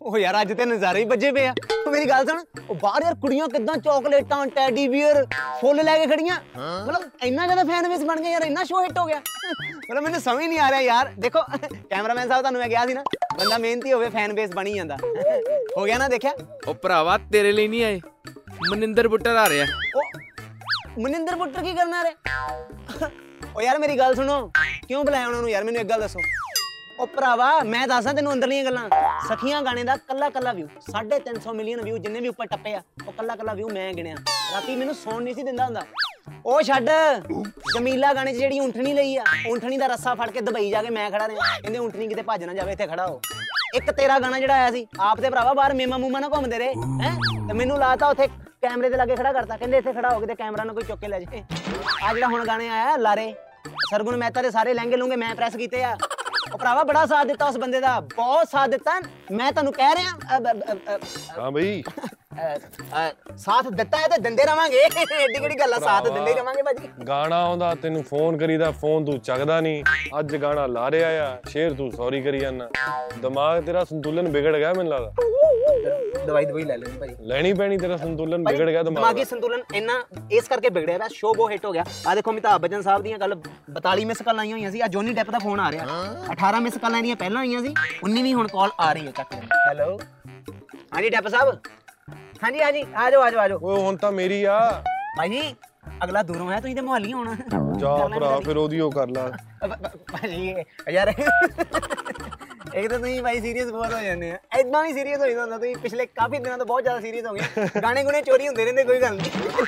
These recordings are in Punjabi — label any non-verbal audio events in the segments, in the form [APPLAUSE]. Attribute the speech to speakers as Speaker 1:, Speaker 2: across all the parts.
Speaker 1: ਉਹ ਯਾਰ ਅੱਜ ਤੇ ਨਜ਼ਾਰੇ ਹੀ ਵੱਜੇ ਪਏ ਆ ਤੂੰ ਮੇਰੀ ਗੱਲ ਸੁਣ ਉਹ ਬਾਹਰ ਯਾਰ ਕੁੜੀਆਂ ਕਿੱਦਾਂ ਚਾਕਲੇਟਾਂ ਟੈਡੀ ਬੀਅਰ ਫੁੱਲ ਲੈ ਕੇ ਖੜੀਆਂ ਮਤਲਬ ਇੰਨਾ ਜ਼ਿਆਦਾ ਫੈਨ ਬੇਸ ਬਣ ਗਿਆ ਯਾਰ ਇੰਨਾ ਸ਼ੋਅ ਹਿੱਟ ਹੋ ਗਿਆ ਮਤਲਬ ਮੈਨੂੰ ਸਮਝ ਹੀ ਨਹੀਂ ਆ ਰਿਹਾ ਯਾਰ ਦੇਖੋ ਕੈਮਰਾਮੈਨ ਸਾਹਿਬ ਤੁਹਾਨੂੰ ਮੈਂ ਕਿਹਾ ਸੀ ਨਾ ਬੰਦਾ ਮਿਹਨਤੀ ਹੋਵੇ ਫੈਨ ਬੇਸ ਬਣੀ ਜਾਂਦਾ ਹੋ ਗਿਆ ਨਾ ਦੇਖਿਆ
Speaker 2: ਉਹ ਭਰਾਵਾ ਤੇਰੇ ਲਈ ਨਹੀਂ ਆਏ ਮਨਿੰਦਰ ਬੁੱਟਰ ਆ ਰਿਹਾ
Speaker 1: ਉਹ ਮਨਿੰਦਰ ਬੁੱਟਰ ਕੀ ਕਰਨਾ ਰੇ ਉਹ ਯਾਰ ਮੇਰੀ ਗੱਲ ਸੁਣੋ ਕਿਉਂ ਬੁਲਾਇਆ ਉਹਨਾਂ ਨੂੰ ਯਾਰ ਮੈਨੂੰ ਇੱਕ ਗੱਲ ਦੱਸੋ ਉਹ ਭਰਾਵਾ ਮੈਂ ਦੱਸਾਂ ਤੈਨੂੰ ਅੰਦਰਲੀਆਂ ਗੱਲਾਂ ਸਖੀਆਂ ਗਾਣੇ ਦਾ ਕੱਲਾ ਕੱਲਾ ਵਿਊ 350 ਮਿਲੀਅਨ ਵਿਊ ਜਿੰਨੇ ਵੀ ਉੱਪਰ ਟੱਪੇ ਆ ਉਹ ਕੱਲਾ ਕੱਲਾ ਵਿਊ ਮੈਂ ਗਿਣਿਆ ਰਾਤੀ ਮੈਨੂੰ ਸੌਣ ਨਹੀਂ ਸੀ ਦਿੰਦਾ ਹੁੰਦਾ ਉਹ ਛੱਡ ਜਮੀਲਾ ਗਾਣੇ 'ਚ ਜਿਹੜੀ ਉਂਠਣੀ ਲਈ ਆ ਉਂਠਣੀ ਦਾ ਰੱਸਾ ਫੜ ਕੇ ਦੁਬਈ ਜਾ ਕੇ ਮੈਂ ਖੜਾ ਰਿਹਾ ਕਹਿੰਦੇ ਉਂਠਣੀ ਕਿਤੇ ਭੱਜ ਨਾ ਜਾਵੇ ਇੱਥੇ ਖੜਾ ਹੋ ਇੱਕ ਤੇਰਾ ਗਾਣਾ ਜਿਹੜਾ ਆਇਆ ਸੀ ਆਪ ਤੇ ਭਰਾਵਾ ਬਾਹਰ ਮੇਮਾ ਮੂਮਾ ਨਾ ਘੁੰਮਦੇ ਰਹੇ ਹੈ ਤੇ ਮੈਨੂੰ ਲਾਤਾ ਉੱਥੇ ਕੈਮਰੇ ਦੇ ਲਾਗੇ ਖੜਾ ਕਰਤਾ ਕਹਿੰਦੇ ਇੱਥੇ ਖੜਾ ਹੋ ਕੇ ਤੇ ਕੈਮਰਾ ਨੂੰ ਕੋਈ ਚੁੱਕ ਕੇ ਲੈ ਜਾਏ ਆ ਜਿਹੜਾ ਹੁਣ ਗਾਣੇ ਆਇਆ ਹੈ, ਲਾਰੇ ਸਰਗੁਣ ਮਹਿਤਾ ਦੇ ਸਾਰੇ ਲਹਿੰਗੇ ਲੂੰਗੇ ਮੈਂ ਪ੍ਰੈਸ ਕੀਤੇ ਆ ਉਹ ਭਰਾਵਾ ਬੜਾ ਸਾਥ ਦਿੱਤਾ ਉਸ ਬੰਦੇ ਦਾ ਬਹੁਤ ਸਾਥ ਦਿੱਤਾ ਮੈਂ ਤੁਹਾਨੂੰ ਕਹਿ ਰਿਹਾ ਅ, ਬ, ਬ, ਅ,
Speaker 3: ਹਾਂ ਬਈ
Speaker 1: ਅ, ਅ, ਸਾਥ ਦਿੱਤਾ ਹੈ ਤੇ ਦਿੰਦੇ ਰਵਾਂਗੇ ਏਡੀ ਕਿਹੜੀ ਗੱਲ ਆ ਸਾਥ ਦਿੰਦੇ ਹੀ ਰਵਾਂਗੇ ਭਾਜੀ
Speaker 3: ਗਾਣਾ ਆਉਂਦਾ ਤੈਨੂੰ ਫੋਨ ਕਰੀਦਾ ਫੋਨ ਤੂੰ ਚੱਕਦਾ ਨਹੀਂ ਅੱਜ ਗਾਣਾ ਲਾ ਰਿਹਾ ਆ ਸ਼ੇਰ ਤੂੰ ਸੌਰੀ ਕਰੀ ਜਾਂਦਾ ਦਿਮਾਗ ਤੇਰਾ ਸੰਤੁਲਨ ਵਿਗੜ ਗਿਆ ਮੈਨੂੰ ਲੱਗਦਾ
Speaker 1: ਦਵਾਈ ਦਵਾਈ ਲੈ ਲੈਣੀ ਭਾਜੀ
Speaker 3: ਲੈਣੀ ਪੈਣੀ ਤੇਰਾ ਸੰਤੁਲਨ ਵਿਗੜ ਗਿਆ ਦਿਮਾਗ
Speaker 1: ਦਿਮਾਗੀ
Speaker 3: ਦਾ।
Speaker 1: ਸੰਤੁਲਨ ਇੰਨਾ ਇਸ ਕਰਕੇ ਵਿਗੜਿਆ ਪਿਆ ਸ਼ੋਅ ਬਹੁਤ ਹਿੱਟ ਹੋ ਗਿਆ ਆ ਦੇਖੋ ਅਮਿਤਾਭ ਬੱਚਨ ਸਾਹਿਬ ਦੀਆਂ ਕੱਲ 42 ਮਿਸ ਕਾਲਾਂ ਆਈਆਂ ਹੋਈਆਂ ਸੀ ਆ ਜੋਨੀ ਡੈਪ ਦਾ ਫੋਨ ਆ ਰਿਹਾ 18 ਮਿਸ ਕਾਲਾਂ ਇਹਦੀਆਂ ਪਹਿਲਾਂ ਆਈਆਂ ਸੀ 19ਵੀਂ ਹੁਣ ਕਾਲ ਆ ਰਹੀ ਹੈ ਚੱਕ ਹੈਲੋ ਹਾਂਜੀ ਡੈਪ ਸਾਹਿਬ ਹਾਂਜੀ ਹਾਂਜੀ ਆ ਜਾਓ ਆ ਜਾਓ ਆ ਜਾਓ
Speaker 3: ਓਏ ਹੁਣ ਤਾਂ ਮੇਰੀ ਆ
Speaker 1: ਭਾਈ ਜੀ ਅਗਲਾ ਦੂਰੋਂ ਆਇਆ ਤੁਸੀਂ ਤੇ ਮੁਹੱਲੀ ਆਉਣਾ
Speaker 3: ਜਾ
Speaker 1: ਕਰ ਲੈਂਦੇ
Speaker 3: ਭਰਾ ਫਿਰ ਉਹਦੀ ਉਹ ਕਰ ਲਾ
Speaker 1: ਅ, ਭ- ਭ- ਭਾਜੀ ਇਹ- ਯਾਰ ਇੱਕ ਤਾਂ ਤੁਸੀਂ ਭਾਈ ਸੀਰੀਅਸ ਬਹੁਤ ਹੋ ਜਾਂਦੇ ਆ ਐਦਾਂ ਵੀ ਸੀਰੀਅਸ ਹੋਈ ਜਾਂਦਾ ਤੁਸੀਂ ਪਿਛਲੇ ਕਾਫੀ ਦਿਨਾਂ ਤੋਂ ਬਹੁਤ ਜ਼ਿਆਦਾ ਸੀਰੀਅਸ ਹੋ ਗਏ ਗਾਣੇ ਗੁਣੇ ਚੋਰੀ ਹੁੰਦੇ ਰਹਿੰਦੇ ਕੋਈ ਗੱਲ ਨਹੀਂ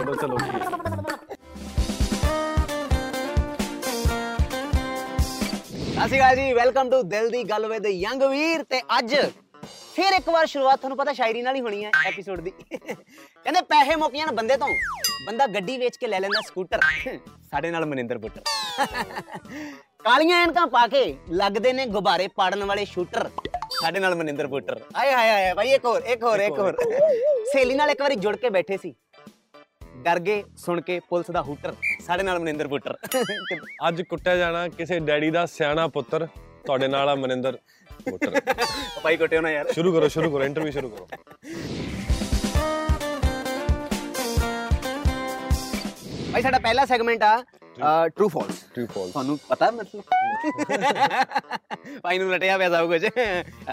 Speaker 3: ਚਲੋ ਚਲੋ ਠੀਕ ਹੈ।
Speaker 1: ਸਤਿ ਸ਼੍ਰੀ ਅਕਾਲ ਜੀ ਵੈਲਕਮ ਟੂ ਦਿਲ ਦੀ ਗੱਲ ਵਿਦ ਯੰਗ ਵੀਰ ਤੇ ਅੱਜ ਫਿਰ ਇੱਕ ਵਾਰ ਸ਼ੁਰੂਆਤ ਤੁਹਾਨੂੰ ਪਤਾ ਸ਼ਾਇਰੀ ਨਾਲ ਹੀ ਹੋਣੀ ਹੈ ਐਪੀਸੋਡ ਦੀ ਕਹਿੰਦੇ ਪੈਸੇ ਮੁੱਕ ਜਾਣ ਬੰਦੇ ਤੋਂ ਬੰਦਾ ਗੱਡੀ ਵੇਚ ਕੇ ਲੈ ਲੈਂਦਾ ਸਕੂਟਰ ਸਾਡੇ ਨਾਲ ਮਨਿੰਦਰ ਬੁੱਟਰ ਕਾਲੀਆਂ ਐਨਕਾਂ ਪਾ ਕੇ ਲੱਗਦੇ ਨੇ ਗੁਬਾਰੇ ਪਾੜਨ ਵਾਲੇ ਸ਼ੂਟਰ ਸਾਡੇ ਨਾਲ ਮਨਿੰਦਰ ਬੁੱਟਰ ਆਏ ਹਾਏ ਹਾਏ ਭਾਈ ਇੱਕ ਹੋਰ ਇੱਕ ਹੋਰ ਇੱਕ ਹੋਰ ਸੇਲੀ ਨਾਲ ਇੱਕ ਵਾਰੀ ਜੁੜ ਕੇ ਬੈਠੇ ਸੀ ਡਰ ਗਏ ਸੁਣ ਕੇ ਪੁਲਿਸ ਦਾ ਹੂਟਰ ਸਾਡੇ ਨਾਲ ਮਨਿੰਦਰ ਬੁੱਟਰ
Speaker 3: ਅੱਜ ਕੁੱਟਿਆ ਜਾਣਾ ਕਿਸੇ ਡੈਡੀ ਦਾ ਸਿਆਣਾ ਪੁੱਤਰ ਤੁਹਾਡੇ ਨਾਲ ਆ ਮਨਿੰਦਰ ਪੁੱਤਰ
Speaker 1: ਭਾਈ ਕੋਟਿਓ ਨਾ ਯਾਰ
Speaker 3: ਸ਼ੁਰੂ ਕਰੋ ਸ਼ੁਰੂ ਕਰੋ ਇੰਟਰਵਿਊ ਸ਼ੁਰੂ ਕਰੋ
Speaker 1: ਭਾਈ ਸਾਡਾ ਪਹਿਲਾ ਸੈਗਮੈਂਟ ਆ ਟਰੂ ਫਾਲਸ
Speaker 3: ਟੂ ਫਾਲਸ
Speaker 1: ਤੁਹਾਨੂੰ ਪਤਾ ਮਤਲਬ ਭਾਈ ਨੂੰ ਲਟਿਆ ਪਿਆ ਸਭ ਕੁਝ ਅਹ,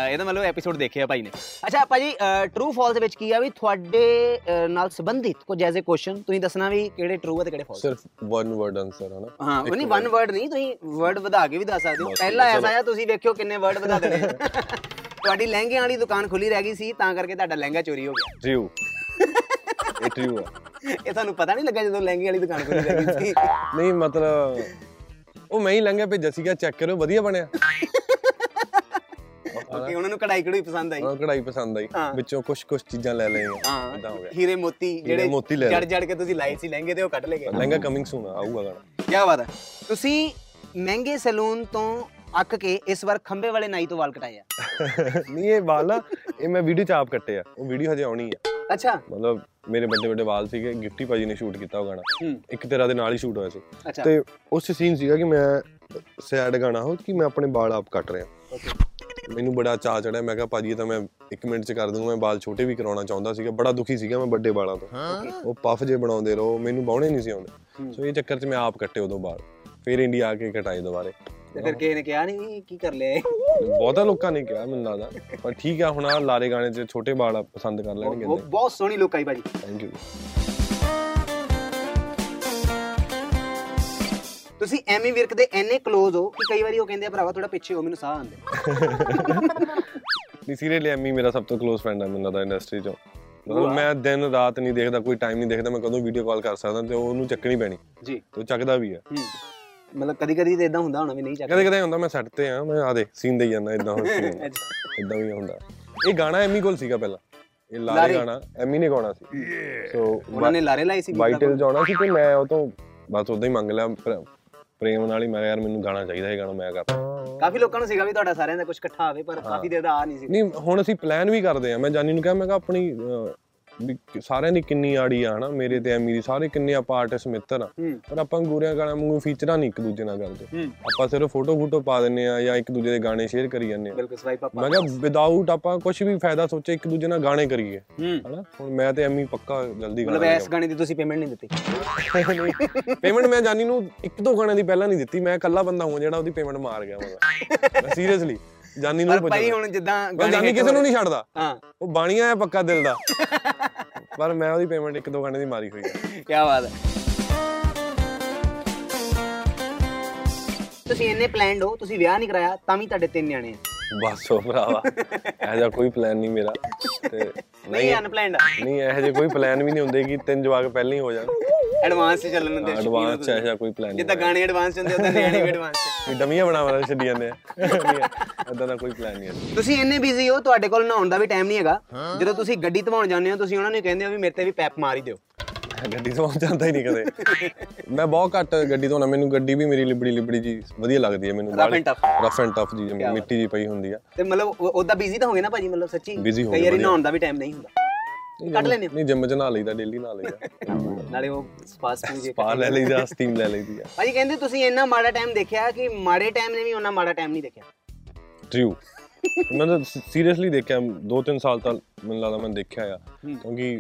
Speaker 1: ਇਹਦਾ ਮਤਲਬ ਐਪੀਸੋਡ ਦੇਖਿਆ ਭਾਈ ਨੇ ਅੱਛਾ ਭਾਜੀ ਟਰੂ ਫਾਲਸ ਵਿੱਚ ਕੀ ਆ ਵੀ ਤੁਹਾਡੇ ਅਹ, ਨਾਲ ਸੰਬੰਧਿਤ ਕੁਝ ਐਸੇ ਕੁਐਸਚਨ ਤੁਸੀਂ ਦੱਸਣਾ ਵੀ ਕਿਹੜੇ ਟਰੂ ਆ ਤੇ ਕਿਹੜੇ ਫਾਲਸ
Speaker 3: ਸਿਰਫ ਵਨ ਵਰਡ ਆਨਸਰ ਹੈ ਨਾ
Speaker 1: ਹਾਂ ਉਹ ਨਹੀਂ ਵਨ ਵਰਡ ਨਹੀਂ ਤੁਸੀਂ ਵਰਡ ਵਧਾ ਕੇ ਵੀ ਦੱਸ ਸਕਦੇ ਹੋ
Speaker 3: ਬਸ ਠੀਕ
Speaker 1: ਪਹਿਲਾ
Speaker 3: ਹੈ,
Speaker 1: ਐਸਾ ਆ ਤੁਸੀਂ ਵੇਖਿਓ ਕਿੰਨੇ ਵਰਡ ਵਧਾ ਦੇਣੇ ਆ। ਤੁਹਾਡੀ ਲਹਿੰਗੇ ਵਾਲੀ ਦੁਕਾਨ ਖੁੱਲੀ ਰਹਿ ਗਈ ਸੀ ਤਾਂ ਕਰਕੇ ਤੁਹਾਡਾ ਲਹਿੰਗਾ ਚੋਰੀ ਹੋ ਗਿਆ
Speaker 3: ਟ੍ਰੂ ਇਹ ਟ੍ਰੂ ਆ
Speaker 1: ਇਹ ਤੁਹਾਨੂੰ ਪਤਾ ਨਹੀਂ ਲੱਗਾ ਜਦੋਂ ਲਹਿੰਗੇ ਵਾਲੀ ਦੁਕਾਨ ਖੁੱਲੀ ਰਹਿ ਗਈ ਸੀ
Speaker 3: ਨਹੀਂ ਮਤਲਬ ਉਹ ਮੈਂ ਹੀ ਲੰਘਿਆ ਭੇਜਿਆ ਸੀਗਾ ਚੈੱਕ ਕਰੋ ਵਧੀਆ ਬਣਿਆ
Speaker 1: ਕਿ ਉਹਨਾਂ ਨੂੰ ਕਢਾਈ ਕਢੂਈ ਪਸੰਦ ਆਈ
Speaker 3: ਹਾਂ ਕਢਾਈ ਪਸੰਦ ਆਈ
Speaker 1: ਹਾਂ।
Speaker 3: ਵਿੱਚੋਂ ਕੁਝ ਕੁਝ ਚੀਜ਼ਾਂ ਲੈ ਲਈਆਂ ਏਦਾਂ
Speaker 1: ਹਾਂ
Speaker 3: ਹੋ ਗਿਆ
Speaker 1: ਹੀਰੇ ਮੋਤੀ ਜਿਹੜੇ
Speaker 3: ਮੋਤੀ ਲੈ
Speaker 1: ਜੜ
Speaker 3: ਲਏ।
Speaker 1: ਜੜ ਕੇ ਤੁਸੀਂ ਲਾਏ ਸੀ ਲਹਿੰਗੇ ਤੇ ਉਹ ਕੱਢ ਲਏ ਗਏ
Speaker 3: ਲਹਿੰਗਾ ਕਮਿੰਗ ਸੂਨ ਆਊਗਾ ਗਾਣਾ
Speaker 1: ਕੀ ਬਾਤ ਹੈ ਤੁਸੀਂ ਮਹਿੰਗੇ ਸੈਲੂਨ ਤੋਂ ਅੱਕ ਕੇ ਇਸ ਵਾਰ ਖੰਬੇ ਵਾਲੇ ਨਾਈ ਤੋਂ ਵਾਲ ਕਟਾਏ ਆ
Speaker 3: ਨਹੀਂ ਇਹ ਵਾਲ ਨਾ ਇਹ ਮੈਂ ਵੀਡੀਓ ਚ ਆਪ ਕੱਟੇ ਆ ਉਹ ਵੀਡੀਓ ਹਜੇ ਆਉਣੀ ਆ
Speaker 1: ਅੱਛਾ
Speaker 3: ਮਤਲਬ ਮੇਰੇ ਵੱਡੇ ਵੱਡੇ ਵਾਲ ਸੀਗੇ ਗਿੱਟੀ ਭਾਜੀ ਨੇ ਸ਼ੂਟ ਕੀਤਾ ਉਹ ਗਾਣਾ
Speaker 1: ਹੂੰ
Speaker 3: ਇੱਕ ਤੇਰਾ ਦੇ ਨਾਲ ਹੀ ਸ਼ੂਟ ਹੋਇਆ ਸੀ
Speaker 1: ਅੱਛਾ
Speaker 3: ਤੇ ਉਸ ਸੀਨ ਸੀਗਾ ਕਿ ਮੈਂ ਸੈਡ ਗਾਣਾ ਹੋ ਕਿ ਮੈਂ ਆਪਣੇ ਵਾਲ ਆਪ ਕੱਟ ਰਿਹਾ
Speaker 1: Okay.
Speaker 3: ਮੈਨੂੰ ਬੜਾ ਚਾਅ ਚੜਿਆ ਮੈਂ ਕਿਹਾ ਭਾਜੀ ਇਹ ਤਾਂ ਮੈਂ 1 ਮਿੰਟ ਚ ਕਰ ਦੂੰਗਾ ਮੈਂ ਵਾਲ ਛੋਟੇ ਵੀ ਕਰਾਉਣਾ ਚਾਹੁੰਦਾ ਸੀਗਾ ਬੜਾ ਦੁਖੀ ਸੀਗਾ ਮੈਂ ਵੱਡੇ ਵਾਲਾਂ ਤੋਂ ਉਹ ਪਫ ਜੇ ਬਣਾਉਂਦੇ ਰਹੋ ਮੈਨੂੰ ਬਾਉਣੇ ਨਹੀਂ ਸੀ ਆਉਂਦੇ ਸੋ ਇਹ ਚੱਕਰ ਚ ਮੈਂ ਆਪ ਕੱਟੇ ਉਦੋਂ ਵਾਲ ਫਿਰ ਇੰਡੀਆ ਆ ਕੇ ਕਟਾਏ ਦੁਬਾਰੇ
Speaker 1: ਤੇ ਫਿਰ ਕਿਸੇ ਨੇ ਕਿਹਾ ਨਹੀਂ ਕੀ ਕਰ ਲਿਆ ਇਹ?
Speaker 3: ਬਹੁਤਾ ਲੋਕਾਂ ਨੇ ਕਿਹਾ ਮੈਨੂੰ ਲੱਗਦਾ ਪਰ ਠੀਕ ਆ ਹੁਣ ਆ ਲਾਰੇ ਗਾਣੇ ਚ ਛੋਟੇ ਵਾਲ ਆ, ਪਸੰਦ ਕਰ ਲੈਣਗੇ
Speaker 1: ਉਹ ਬਹੁਤ ਸੋਹਣੀ ਲੁੱਕ ਆਈ ਭਾਜੀ
Speaker 3: ਥੈਂਕ ਯੂ
Speaker 1: ਤੁਸੀਂ ਐਮੀ ਵਿਰਕ ਦੇ ਐਨੇ ਕਲੋਜ਼ ਹੋ ਕਿ ਕਈ ਵਾਰੀ ਉਹ ਕਹਿੰਦੇ ਆ ਭਰਾਵਾ ਥੋੜਾ ਪਿੱਛੇ ਹੋ ਮੈਨੂੰ ਸਾਹ ਆਉਂਦੇ
Speaker 3: ਨਹੀਂ ਸੀਰੀਅਸਲੀ ਐਮੀ ਮੇਰਾ ਸਭ ਤੋਂ ਕਲੋਜ਼ ਫਰੈਂਡ ਹੈ ਮੈਨੂੰ ਲੱਗਦਾ ਇੰਡਸਟਰੀ ਚੋਂ
Speaker 1: ਵਾਹ।
Speaker 3: ਮਤਲਬ ਮੈਂ ਦਿਨ ਰਾਤ ਨਹੀਂ ਦੇਖਦਾ ਕੋਈ ਟਾਈਮ ਨਹੀਂ ਦੇਖਦਾ ਮੈਂ ਕਦੋਂ ਵੀਡੀਓ ਕਾਲ ਕਰ ਸਕਦਾ ਤੇ ਉਹਨੂੰ ਚੱਕਣੀ ਪੈਣੀ
Speaker 1: ਜੀ
Speaker 3: ਤੇ ਉਹ ਚੱਕਦਾ ਵੀ ਆ
Speaker 1: ਹੂੰ ਮਤਲਬ ਕਦੀ ਕਦੀ ਤੇ ਇਦਾਂ ਹੁੰਦਾ ਹੋਣਾ ਵੀ ਨਹੀਂ ਚੱਕ
Speaker 3: ਕਦੇ ਕਦੇ ਹੁੰਦਾ ਮੈਂ ਸੈੱਟ ਤੇ ਆ ਮੈਂ ਆ ਦੇ ਸੀਨ ਦੇਈ ਜਾਂਦਾ ਇਦਾਂ ਹੋ ਇਦਾਂ ਵੀ ਹੁੰਦਾ ਇਹ ਗਾਣਾ ਐਮੀ ਕੋਲ ਸੀਗਾ ਪਹਿਲਾਂ ਇਹ
Speaker 1: ਲਾਰੇ।
Speaker 3: ਲਾਰੇ ਗਾਣਾ ਐਮੀ ਨੇ ਗਾਉਣਾ ਸੀ ਸੋ
Speaker 1: ਉਹਨਾਂ ਨੇ ਲਾਰੇ ਲਾਈ ਸੀ ਵੀਰ ਦਾ
Speaker 3: ਵਾਈਟਲ ਜਾਣਾ ਸੀ ਤੇ ਮੈਂ ਉਹ ਤੋਂ ਬਸ ਉਦਾਂ ਹੀ ਮੰਗ ਲਿਆ ਪ੍ਰ- ਪ੍ਰੇਮ ਨਾਲ ਹੀ ਮੈਂ ਕਿਹਾ ਯਾਰ ਮੈਨੂੰ ਗਾਣਾ ਚਾਹੀਦਾ ਇਹ ਗਾਣਾ ਮੈਂ ਕਰਦਾ
Speaker 1: ਕੋਲ। ਕਾਫੀ ਲੋਕਾਂ ਨੂੰ ਸੀਗਾ ਵੀ ਤੁਹਾਡਾ ਸਾਰਿਆਂ ਦਾ ਕੁਝ ਇਕੱਠਾ ਆਵੇ ਪਰ ਕਾਫੀ ਦੇਰ ਦਾ ਆ ਨਹੀਂ ਸੀ
Speaker 3: ਨਹੀਂ ਹੁਣ ਅਸੀਂ ਪਲਾਨ ਵੀ ਕਰਦੇ ਆ ਮੈਂ ਜਾਨੀ ਨੂੰ ਕਿਹਾ ਮੈਂ ਕਿਹਾ ਆਪਣੀ ਅਹ, ਵੀ ਕਿ- ਸਾਰਿਆਂ ਦੀ ਕਿੰਨੀ ਆੜੀ ਆ ਹਨਾ ਮੇਰੇ ਤੇ ਐਮੀ ਦੀ ਸਾਰੇ ਕਿੰਨੇ ਆਪਾਂ ਆਰਟਿਸਟ ਮਿੱਤਰ ਆ
Speaker 1: ਹੂੰ
Speaker 3: ਪਰ ਆਪਾਂ ਗੋਰਿਆਂ ਗਾਣਾ ਵਾਂਗੂ ਫੀਚਰਾਂ ਨਹੀਂ ਇੱਕ ਦੂਜੇ ਨਾਲ ਕਰਦੇ
Speaker 1: ਹੂੰ
Speaker 3: ਆਪਾਂ ਸਿਰਫ ਫੋਟੋ ਫੋਟੋ ਪਾ ਦਿੰਨੇ ਆ ਜਾਂ ਇੱਕ ਦੂਜੇ ਦੇ ਗਾਣੇ ਸ਼ੇਅਰ ਕਰੀ ਜਾਂਦੇ ਆ
Speaker 1: ਬਿਲਕੁਲ ਸਵਾਈਪ ਅਪ
Speaker 3: ਮੈਂ ਕਿਹਾ ਵਿਦਆਊਟ ਆਪਾਂ ਕੁਝ ਵੀ ਫਾਇਦਾ ਸੋਚੇ ਇੱਕ ਦੂਜੇ ਨਾਲ ਗਾਣੇ ਕਰੀਏ
Speaker 1: ਹੂੰ
Speaker 3: ਹਨਾ ਹੁਣ ਮੈਂ ਤੇ ਐਮੀ ਪੱਕਾ ਜਲਦੀ
Speaker 1: ਮਤਲਬ
Speaker 3: ਗਾਣਾ
Speaker 1: ਇਸ ਗਾਣੇ ਦੀ ਤੁਸੀਂ ਪੇਮੈਂਟ ਨਹੀਂ ਦਿੱਤੀ
Speaker 3: ਪੇਮੈਂਟ ਮੈਂ ਜਾਨੀ ਨੂੰ ਇੱਕ ਦੋ ਗਾਣਿਆਂ ਦੀ ਪਹਿਲਾਂ ਨਹੀਂ ਦਿੱਤੀ ਮੈਂ ਇਕੱਲਾ ਬੰਦਾ ਹਾਂ ਜਿਹੜਾ ਉਹਦੀ ਪੇਮੈਂਟ ਮਾਰ
Speaker 1: [LAUGHS]
Speaker 3: ਗਿਆ ਵਾਂ ਮੈਂ ਸੀਰੀਅਸਲੀ ਜਾਨੀ ਨੂੰ
Speaker 1: ਪਰ ਭਾਈ ਹੁਣ ਜਿੱਦਾਂ
Speaker 3: ਮੈਂ ਜਾਨੀ
Speaker 1: hit
Speaker 3: ਕਿਸੇ ਨੂੰ
Speaker 1: ਹੋਏ-
Speaker 3: ਨਹੀਂ ਛੱਡਦਾ
Speaker 1: ਹਾਂ
Speaker 3: ਉਹ ਬਾਣੀਆਂ ਆ ਪੱਕਾ ਦਿਲ ਦਾ ਪਰ ਮੈਂ ਉਹਦੀ ਪੇਮੈਂਟ ਇੱਕ ਦੋ ਗਾਣੇ ਦੀ ਮਾਰੀ ਹੋਈ ਹੈ
Speaker 1: ਕੀ ਬਾਤ ਹੈ ਤੁਸੀਂ ਇੰਨੇ ਪਲਾਨਡ ਹੋ ਤੁਸੀਂ ਵਿਆਹ ਨਹੀਂ ਕਰਾਇਆ ਤਾਂ ਵੀ ਤੁਹਾਡੇ ਤਿੰਨ ਨਿਆਣੇ ਆ
Speaker 3: ਬਸ ਉਹ ਭਰਾਵਾ ਇਹੋ ਜਿਹਾ ਕੋਈ ਪਲਾਨ ਨਹੀਂ ਮੇਰਾ ਤੇ
Speaker 1: ਨਹੀਂ ਅਨਪਲਾਨਡ
Speaker 3: ਨਹੀਂ ਇਹੋ ਜਿਹੇ ਕੋਈ ਪਲਾਨ ਵੀ ਨਹੀਂ ਹੁੰਦੇ ਕਿ ਤਿੰਨ ਜਵਾਕ ਪਹਿਲਾਂ ਹੀ ਹੋ ਜਾਣ
Speaker 1: ਐਡਵਾਂਸ ਤੇ ਚੱਲਣ ਦੇ
Speaker 3: ਐਡਵਾਂਸ ਚ ਇਹੋ ਜਿਹਾ ਕੋਈ ਪਲਾਨ ਨਹੀਂ
Speaker 1: ਜਿੱਦਾਂ ਗਾਣੇ ਐਡਵਾਂਸ ਹੁੰਦੇ ਉਦਾਂ ਨਿਆਣੇ ਵੀ ਐਡਵਾਂਸ
Speaker 3: ਵੀ ਡਮੀਆਂ ਬਣਾ ਬਣਾ ਕੇ ਛੱਡੀ ਜਾਂਦੇ ਆ ਇਦਾਂ ਦਾ ਕੋਈ ਪਲਾਨ ਨਹੀਂ ਹੈ
Speaker 1: ਤੁਸੀਂ ਇੰਨੇ ਬਿਜ਼ੀ ਹੋ ਤੁਹਾਡੇ ਕੋਲ ਨਹਾਉਣ ਦਾ ਵੀ ਟਾਈਮ ਨਹੀਂ ਹੈਗਾ ਜਦੋਂ ਤੁਸੀਂ ਗੱਡੀ ਧਵਾਉਣ ਜਾਂਦੇ ਹੋ ਤੁਸੀਂ ਉਹਨਾਂ ਨੂੰ ਕਹਿੰਦੇ ਹੋ ਵੀ ਮੇਰੇ ਤੇ ਵੀ ਪੈਪ ਮਾਰ ਹੀ ਦਿਓ
Speaker 3: ਗੱਡੀ ਤੋਂ ਜਾਂਦਾ ਹੀ ਨਹੀਂ ਕਦੇ ਮੈਂ ਬਹੁਤ ਘੱਟ ਗੱਡੀ ਤੋਂ ਨਾ ਮੈਨੂੰ ਗੱਡੀ ਵੀ ਮੇਰੀ ਲਿਬੜੀ ਲਿਬੜੀ ਜੀ ਵਧੀਆ ਲੱਗਦੀ ਹੈ ਮੈਨੂੰ
Speaker 1: Rough and tough.
Speaker 3: Rough and tough ਜੀ ਜਿਵੇਂ ਮਿੱਟੀ ਜੀ ਪਈ ਹੁੰਦੀ ਆ
Speaker 1: ਤੇ ਮਤਲਬ ਉਹਦਾ ਬਿਜ਼ੀ ਤਾਂ ਹੋਗੇ ਨਾ ਭਾਜੀ ਮਤਲਬ ਸੱਚੀ
Speaker 3: Busy ਹੋ
Speaker 1: ਕਈ
Speaker 3: ਗਏ,
Speaker 1: ਵਾਰੀ
Speaker 3: ਵਧੀਆ।
Speaker 1: ਨਹਾਉਣ ਦਾ ਵੀ ਟਾਈਮ ਨਹੀਂ ਹੁੰਦਾ ਕੱਢ ਲੈਂਦੇ ਹੋ
Speaker 3: ਨਹੀਂ ਜਿੰਮ ਚ ਨਾ ਲਈਦਾ ਡੇਲੀ ਨਾ ਲਈਦਾ
Speaker 1: ਨਾਲੇ ਉਹ ਸਪਾਸ ਪੂ ਜੇ
Speaker 3: ਪਾ ਲੈ ਲਈਦਾ ਸਟੀਮ ਲੈ ਲਈਦੀ ਆ
Speaker 1: ਭਾਜੀ ਕਹਿੰਦੇ ਤੁਸੀਂ ਇੰਨਾ ਮਾੜਾ ਟਾਈਮ ਦੇਖਿਆ ਕਿ ਮਾੜੇ ਟਾਈਮ ਨੇ ਵੀ ਉਹਨਾਂ ਮਾੜਾ ਟਾਈਮ ਨਹੀਂ ਦੇਖਿਆ
Speaker 3: ਟ੍ਰੂ ਮੈਂ ਤਾਂ ਸੀਰੀਅਸਲੀ ਦੇਖਿਆ ਦੋ ਤਿੰਨ ਸਾਲ ਤੱਕ ਮੈਨੂੰ ਲੱਗਦਾ ਮੈਂ ਦੇਖਿਆ ਆ ਕਿਉਂਕਿ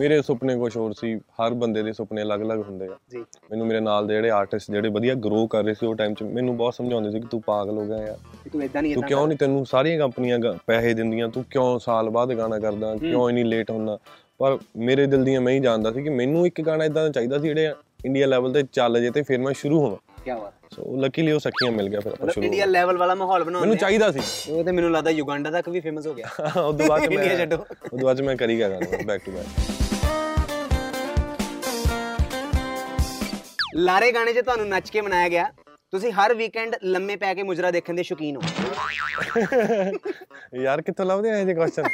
Speaker 3: ਮੇਰੇ ਸੁਪਨੇ ਕੁਝ ਹੋਰ ਸੀ ਹਰ ਬੰਦੇ ਦੇ ਸੁਪਨੇ ਅਲੱਗ-ਅਲੱਗ ਹੁੰਦੇ ਆ
Speaker 1: ਜੀ
Speaker 3: ਮੈਨੂੰ ਮੇਰੇ ਨਾਲ ਦੇ ਜਿਹੜੇ ਆਰਟਿਸਟ ਜਿਹੜੇ ਵਧੀਆ ਗਰੋ ਕਰ ਰਹੇ ਸੀ ਉਹ ਟਾਈਮ 'ਚ ਮੈਨੂੰ ਬਹੁਤ ਸਮਝਾਉਂਦੇ ਸੀ ਕਿ ਤੂੰ ਪਾਗਲ ਹੋ ਗਿਆ ਯਾਰ
Speaker 1: ਕਿ ਤੂੰ ਇਦਾਂ ਨਹੀਂ
Speaker 3: ਤੂੰ
Speaker 1: ਇਦਾਂ
Speaker 3: ਕਿਉਂ ਨਹੀਂ ਤੈਨੂੰ ਸਾਰੀਆਂ ਕੰਪਨੀਆਂ ਗ- ਪੈਸੇ ਦਿੰਦੀਆਂ ਤੂੰ ਕਿਉਂ ਸਾਲ ਬਾਅਦ ਗਾਣਾ ਕਰਦਾ ਕਿਉਂ ਇੰਨੀ ਲੇਟ ਹੁੰਦਾ ਪਰ ਮੇਰੇ ਦਿਲ ਦੀਆਂ ਮੈਂ ਹੀ ਜਾਣਦਾ ਸੀ ਕਿ ਮੈਨੂੰ ਇੱਕ ਗਾਣਾ ਇਦਾਂ ਦਾ ਚਾਹੀਦਾ ਸੀ ਜਿਹੜੇ ਇੰਡੀਆ ਲੈਵਲ ਤੇ ਚੱਲ ਜੇ ਤੇ ਫਿਰ ਮੈਂ ਸ਼ੁਰੂ ਹੋਵਾਂ
Speaker 1: ਕੀ ਬਾਤ
Speaker 3: ਸੋ ਲੱਕੀਲੀ ਉਹ ਸਖੀਆਂ ਮਿਲ ਗਿਆ ਫਿਰ ਆਪਾਂ
Speaker 1: ਮਤਲਬ
Speaker 3: ਸ਼ੁਰੂ
Speaker 1: ਇੰਡੀਆ ਲੈਵਲ ਵਾਲਾ ਮਾਹੌਲ ਬਣਾਉਣਾ
Speaker 3: ਮੈਨੂੰ ਚਾਹੀਦਾ ਸੀ
Speaker 1: ਉਹ ਤੇ ਮੈਨੂੰ ਲੱਗਦਾ ਯੁਗਾਂਡਾ ਤੱਕ ਵੀ ਫੇਮਸ ਹੋ ਗਿਆ
Speaker 3: ਉਦੋਂ
Speaker 1: [LAUGHS]
Speaker 3: ਬਾਅਦ 'ਚ ਮੈਂ
Speaker 1: India ਛੱਡੋ।
Speaker 3: ਉਦੋਂ ਬਾਅਦ 'ਚ ਮੈਂ ਕਰੀ ਗਿਆ ਗਾਣਾ ਬੈਕ ਟੂ ਬੈਕ
Speaker 1: ਲਾਰੇ ਗਾਣੇ 'ਚ ਤੁਹਾਨੂੰ ਨੱਚ ਕੇ ਮਨਾਇਆ ਗਿਆ ਤੁਸੀਂ ਹਰ ਵੀਕਐਂਡ ਲੰਮੇ ਪੈ ਕੇ ਮੁਜਰਾ ਦੇਖਣ ਦੇ ਸ਼ੌਕੀਨ ਹੋ
Speaker 3: ਯਾਰ ਕਿੱਥੋਂ ਲੱਭਦੇ ਆ ਇਹ ਜਿਹੇ ਕੁਐਸਚਨ